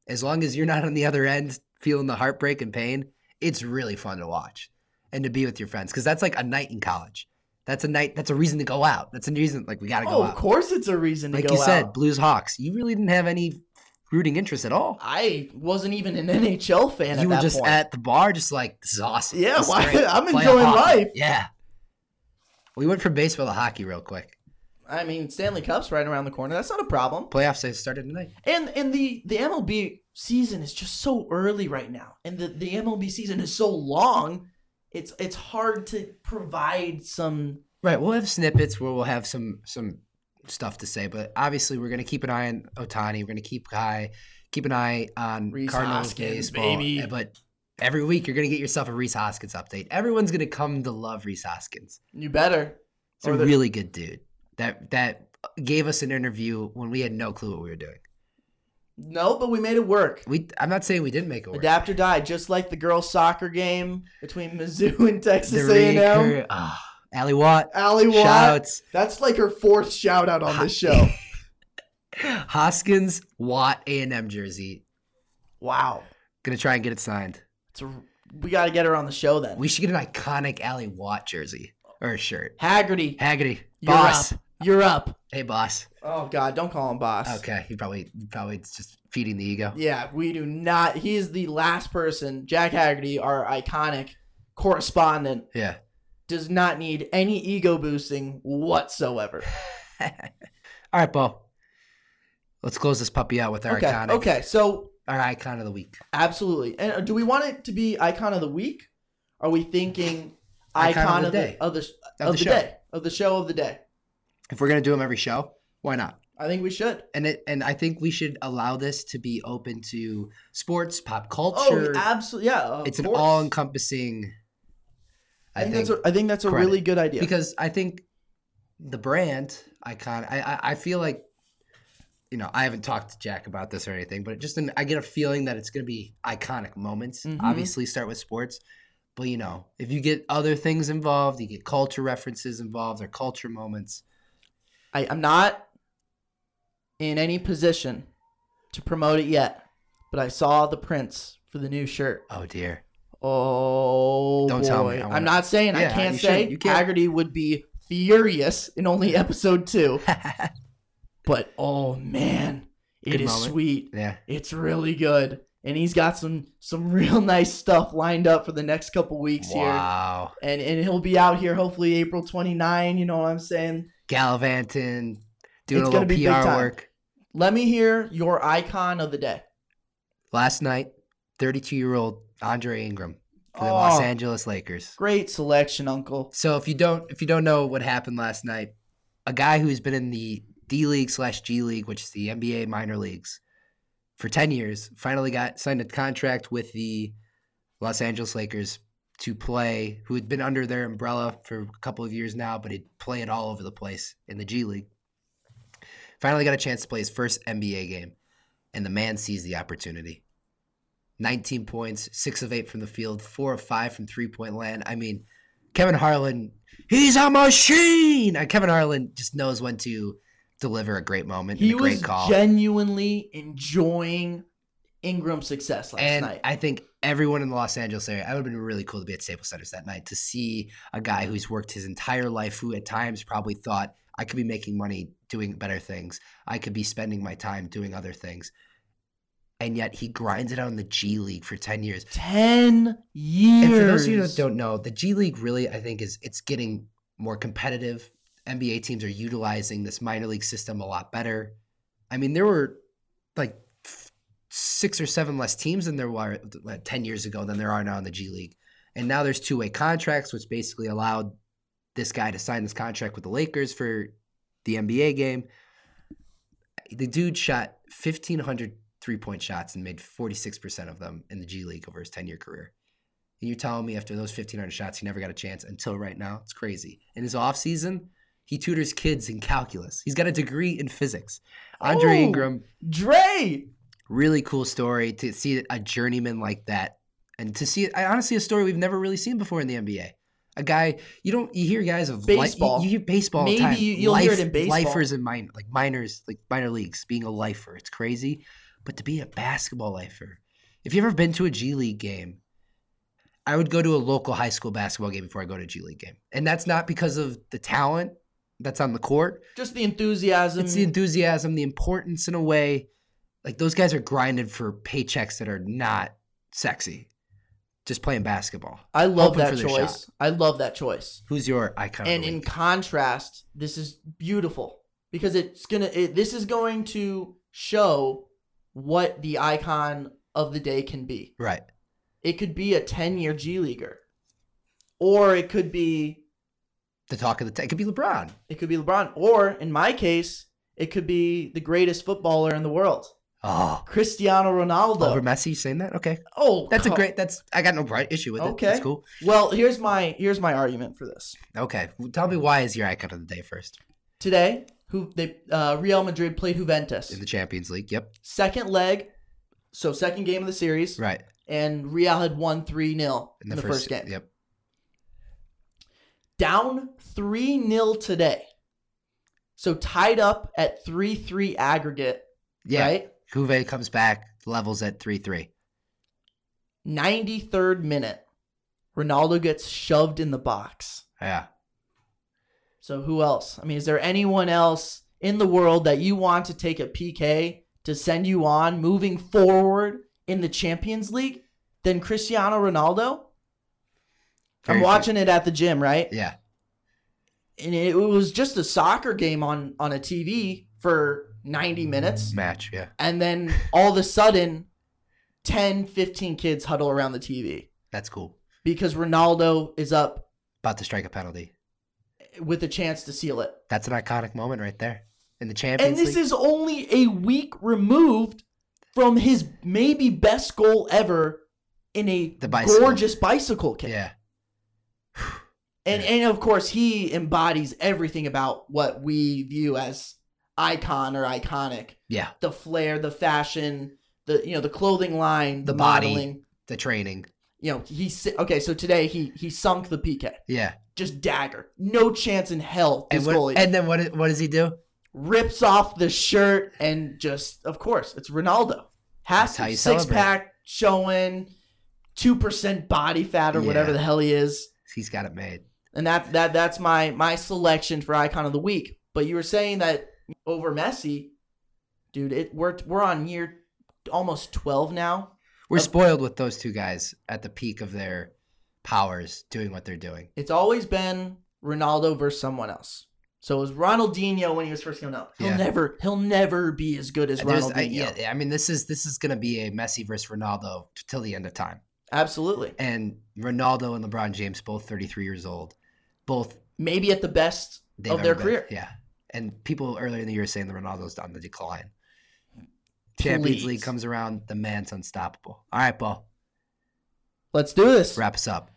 As long as you're not on the other end feeling the heartbreak and pain, it's really fun to watch and to be with your friends because that's like a night in college. That's a night. That's a reason to go out. That's a reason like we got to go Oh, out of course, it's a reason to like go you said, out. Blues Hawks. You really didn't have any rooting interest at all. I wasn't even an NHL fan you at were that just point. at the bar, just like this is awesome. Yeah, This is why- great. I'm Play enjoying hockey." life. Yeah. We went from baseball to hockey real quick. I mean, Stanley Cup's right around the corner. That's not a problem. Playoffs they started tonight. And and the the MLB season is just so early right now, and the the MLB season is so long. It's it's hard to provide some. Right, we'll have snippets where we'll have some some stuff to say, but obviously we're gonna keep an eye on Otani. We're gonna keep eye keep an eye on Reese Cardinals Hoskins, baseball. baby. eh, But every week you're gonna get yourself a Reese Hoskins update. Everyone's gonna come to love Reese Hoskins. You better. It's a Or the- really good dude that that gave us an interview when we had no clue what we were doing. No, but we made it work. We I'm not saying we didn't make it work. Adapt or die, just like the girls' soccer game between Mizzou and The Texas A&M. recur- ah, Ali Watt, um, Allie Watt. shouts That's like her fourth shout out on this show. Hoskins Watt A and M jersey. wow, Gonna try and get it signed. it's a, we got to get her on the show then. We should get an iconic Ali Watt jersey or a shirt. Haggerty, Haggerty, you're boss. up. You're up. Hey, boss. Oh God, don't call him boss. Okay, he probably he probably is just feeding the ego. Yeah, we do not. He is the last person. Jack Haggerty, our iconic correspondent, Yeah. does not need any ego boosting whatsoever. All right, Bo. Let's close this puppy out with our okay. iconic, Okay. So our icon of the week. absolutely. And uh, do we want it to be icon of the week? Are we thinking icon, of, the day. of the Of of, the the, show. day of the show of the day? If we're gonna do them every show, why not? I think we should. and it, and I think we should allow this to be open to sports, pop Oh, culture. absolutely. Yeah. of it's an course. all encompassing. I think, that's. A, I think that's a credit. really good idea. because I think the brand icon. I, I I feel like you know I haven't talked to Jack about this or anything, but it just an, I get a feeling that it's going to be iconic moments. Mhm. Obviously, start with sports. But you know, if you get other things involved, you get culture references involved or culture moments. I, I'm not in any position to promote it yet, but I saw the prints for the new shirt. Oh dear. Oh, Don't boy. tell me. I wanna- I'm not saying I Yeah, can't you say shouldn't. You can't. Haggerty would be furious in only episode two, but oh man, it is Good moment. sweet. Yeah. It's really good, and he's got some some real nice stuff lined up for the next couple weeks here. Wow. And, and he'll be out here hopefully April 29. You know what I'm saying? Gallivanting, doing It's a gonna little be big PR time. work. Let me hear your icon of the day. Last night, 32 year old Andre Ingram for the Oh. Los Angeles Lakers. Great selection, Uncle. So if you don't if you don't know what happened last night, a guy who's been in the D League slash G League, which is the NBA minor leagues, for 10 years, finally got signed a contract with the Los Angeles Lakers to play, who had been under their umbrella for a couple of years now, but he'd play it all over the place in the G League. Finally got a chance to play his first NBA game, and the man sees the opportunity. 19 points, six of eight from the field, four of five from three point land. I mean, Kevin Harlan, he's a machine. And Kevin Harlan just knows when to deliver a great moment He and a great was call. genuinely enjoying Ingram's success last and night. I think everyone in the Los Angeles area, I would have been really cool to be at Staples Centers that night to see a guy who's worked his entire life, who at times probably thought I could be making money doing better things. I could be spending my time doing other things. and yet he grinds it out in the G League for ten years. Ten years. And for those of you that don't know, the G League really, I think, is it's getting more competitive. NBA teams are utilizing this minor league system a lot better. I mean, there were like f- six or seven less teams than there were uh, ten years ago than there are now in the G League, and now there's two way contracts, which basically allowed this guy to sign this contract with the Lakers for the NBA game. The dude shot 1,500 three point shots and made 46% of them in the G League over his 10 year career. And you're telling me after those 1,500 shots, he never got a chance until right now? It's crazy. In his offseason, he tutors kids in calculus. He's got a degree in physics. Andre Ooh. Ingram, Dre. really cool story to see a journeyman like that and to see I honestly a story we've never really seen before in the NBA. A guy you don't you hear guys of li- Baseball. you, you hear baseball all the Maybe time. you- you'll hear it in baseball. Lifers and minor like minors like minor leagues being a lifer. It's crazy, but to be a basketball lifer. If you've ever been to a G League game, I would go to a local high school basketball game before I go to a G League game. And that's not because of the talent that's on the court. Just the enthusiasm. It's the enthusiasm, the importance in a way. Like those guys are grinded for paychecks that are not sexy, just playing basketball. I love hoping that for their choice. I love that choice. Who's your icon? and in contrast this is beautiful because it's gonna it, this is going to show what the icon of the day can be right, it could be a 10 year g leaguer or it could be the talk of the town. It could be LeBron. it could be lebron or in my case it could be the greatest footballer in the world Oh, Ah. cristiano over ronaldo Messi. You saying that? Okay, oh that's a come- great. That's I got no bright issue with it. okay that's cool. well here's my here's my argument for this Okay, well, tell me why is your icon of the day first today who they uh, real madrid played juventus in the Champions League? Yep, second leg, so second game of the series, right. and Real had won 3 0 in, the first, game. Yep, Down 3 0 today. So tied up at 3 3 aggregate, yeah. right? Juve comes back, levels at three three. 93rd minute. Ronaldo gets shoved in the box. Yeah, So who else? I mean, is there anyone else in the world that you want to take a PK to send you on moving forward in the Champions League than Cristiano Ronaldo? Very I'm few- watching it at the gym, right? yeah. and it was just a soccer game on on a TV for 90 minutes Match. Yeah, and then all of a sudden 10 15 kids huddle around the TV that's cool. because Ronaldo is up About to strike a penalty. with a chance to seal it. That's an iconic moment right there in the Champions And this League. is only a week removed from his maybe best goal ever in a The bicycle. gorgeous bicycle kick. yeah, And and of course he embodies everything about what we view as icon or iconic. yeah. the flair, the fashion, the you know the clothing line, the, The body. modeling. The training. You know he si- okay. So today he he sunk the PK, Yeah. just dagger, no chance in hell. This And, what, goalie and then what? What does he do? rips off the shirt and just of course it's Ronaldo. Has That's how to you six celebrate. pack showing, two percent body fat or whatever Yeah. the hell he is, He's got it made. and that that that's my my selection for icon of the week. But you were saying that over Messi, dude. It we're we're on year almost twelve now We're spoiled with those two guys at the peak of their powers doing what they're doing. It's always been Ronaldo versus someone else. So it was Ronaldinho when he was first coming up. He'll Yeah. never he'll never be as good as There's- Ronaldinho. I, yeah, I mean, this is this is going to be a Messi versus Ronaldo t- till the end of time. Absolutely. And Ronaldo and LeBron James, both 33 years old, both Maybe at the best they've of their ever been. career. Yeah. And people earlier in the year saying the Ronaldo's on the decline. Champions League Please. comes around, the man's unstoppable. All right, Paul, Let's do this. wrap us up.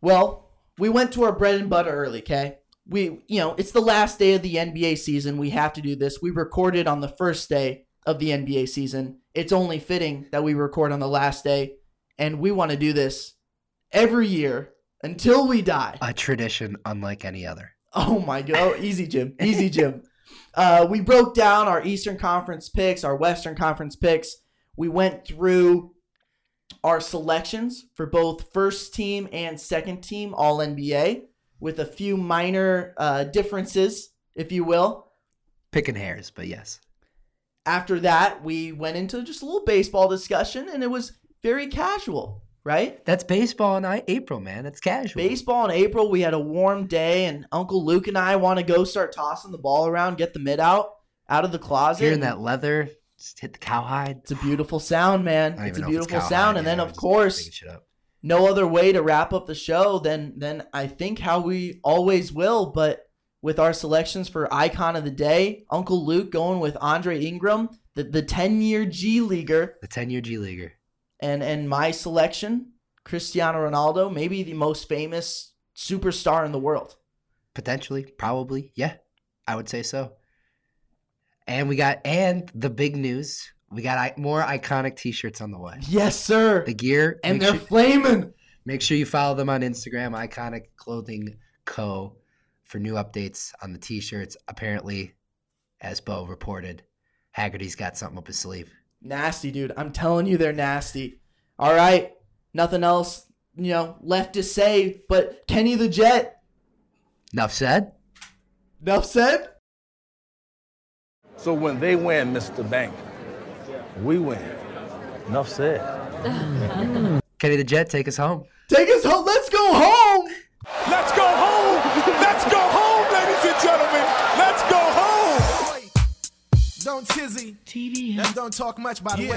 Well, we went to our bread and butter early, okay? We you know, it's the last day of the NBA season. We have to do this. We recorded on the first day of the NBA season. It's only fitting that we record on the last day, and we want to do this every year until we die. A tradition unlike any other. Oh my god! Oh, easy, Jim. Easy, Jim. Uh, we broke down our Eastern Conference picks, our Western Conference picks. We went through our selections for both first team and second team All NBA, with a few minor uh, differences, if you will. Picking hairs, but yes. after that, we went into just a little baseball discussion, and it was very casual, right? That's baseball in I- April, man. That's casual. Baseball in April, we had a warm day, and Uncle Luke and I want to go start tossing the ball around, get the mid out out of the closet. Here in that leather, just hit the cowhide. It's a beautiful sound, man. I don't It's even a know if beautiful cowhide, sound. And yeah, then, I'm of just course, making shit up. no other way to wrap up the show than than I think how we always will, but with our selections for icon of the day, Uncle Luke going with Andre Ingram, the the 10-year G leaguer, the ten-year G leaguer. and and my selection, Cristiano Ronaldo, maybe the most famous superstar in the world. Potentially, probably, yeah, I would say so. And we got and the big news: we got I- more iconic T-shirts on the way. Yes, sir. The gear And make they're sure- flaming. Make sure you follow them on Instagram, Iconic Clothing Co. for new updates on the t-shirts. Apparently, as Bo reported, Haggerty's got something up his sleeve. Nasty, dude. I'm telling you, they're nasty. All right. Nothing else, you know, left to say, but Kenny the Jet, Enough said. enough said. So when they win, Mr. Bank, we win. Enough said. Kenny the Jet, take us home. Take us home. Let's go home. Let's go home. Let's go home, ladies and gentlemen. Let's go home. Wait. Don't tizzy. TV. And don't talk much, by the way.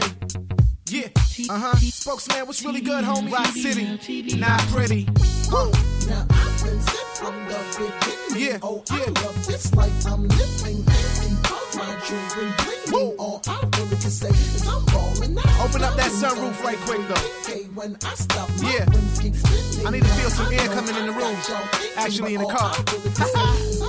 Yeah. Uh huh. Spokesman, what's really good, homie? Rock City. Not pretty. Woo. Now I've been sick from the beginning. Yeah, Oh, yeah. I love this life I'm living. This because my jewelry bling. Woo. All I really can say is I'm balling out. Open up that Diamonds on sunroof right quick, though. Okay, when I stop, my Yeah. rims keep spinning. I need to feel Now some I air know coming in I the got room. y'all thinking, Actually, in but the all car. I really can say is I'm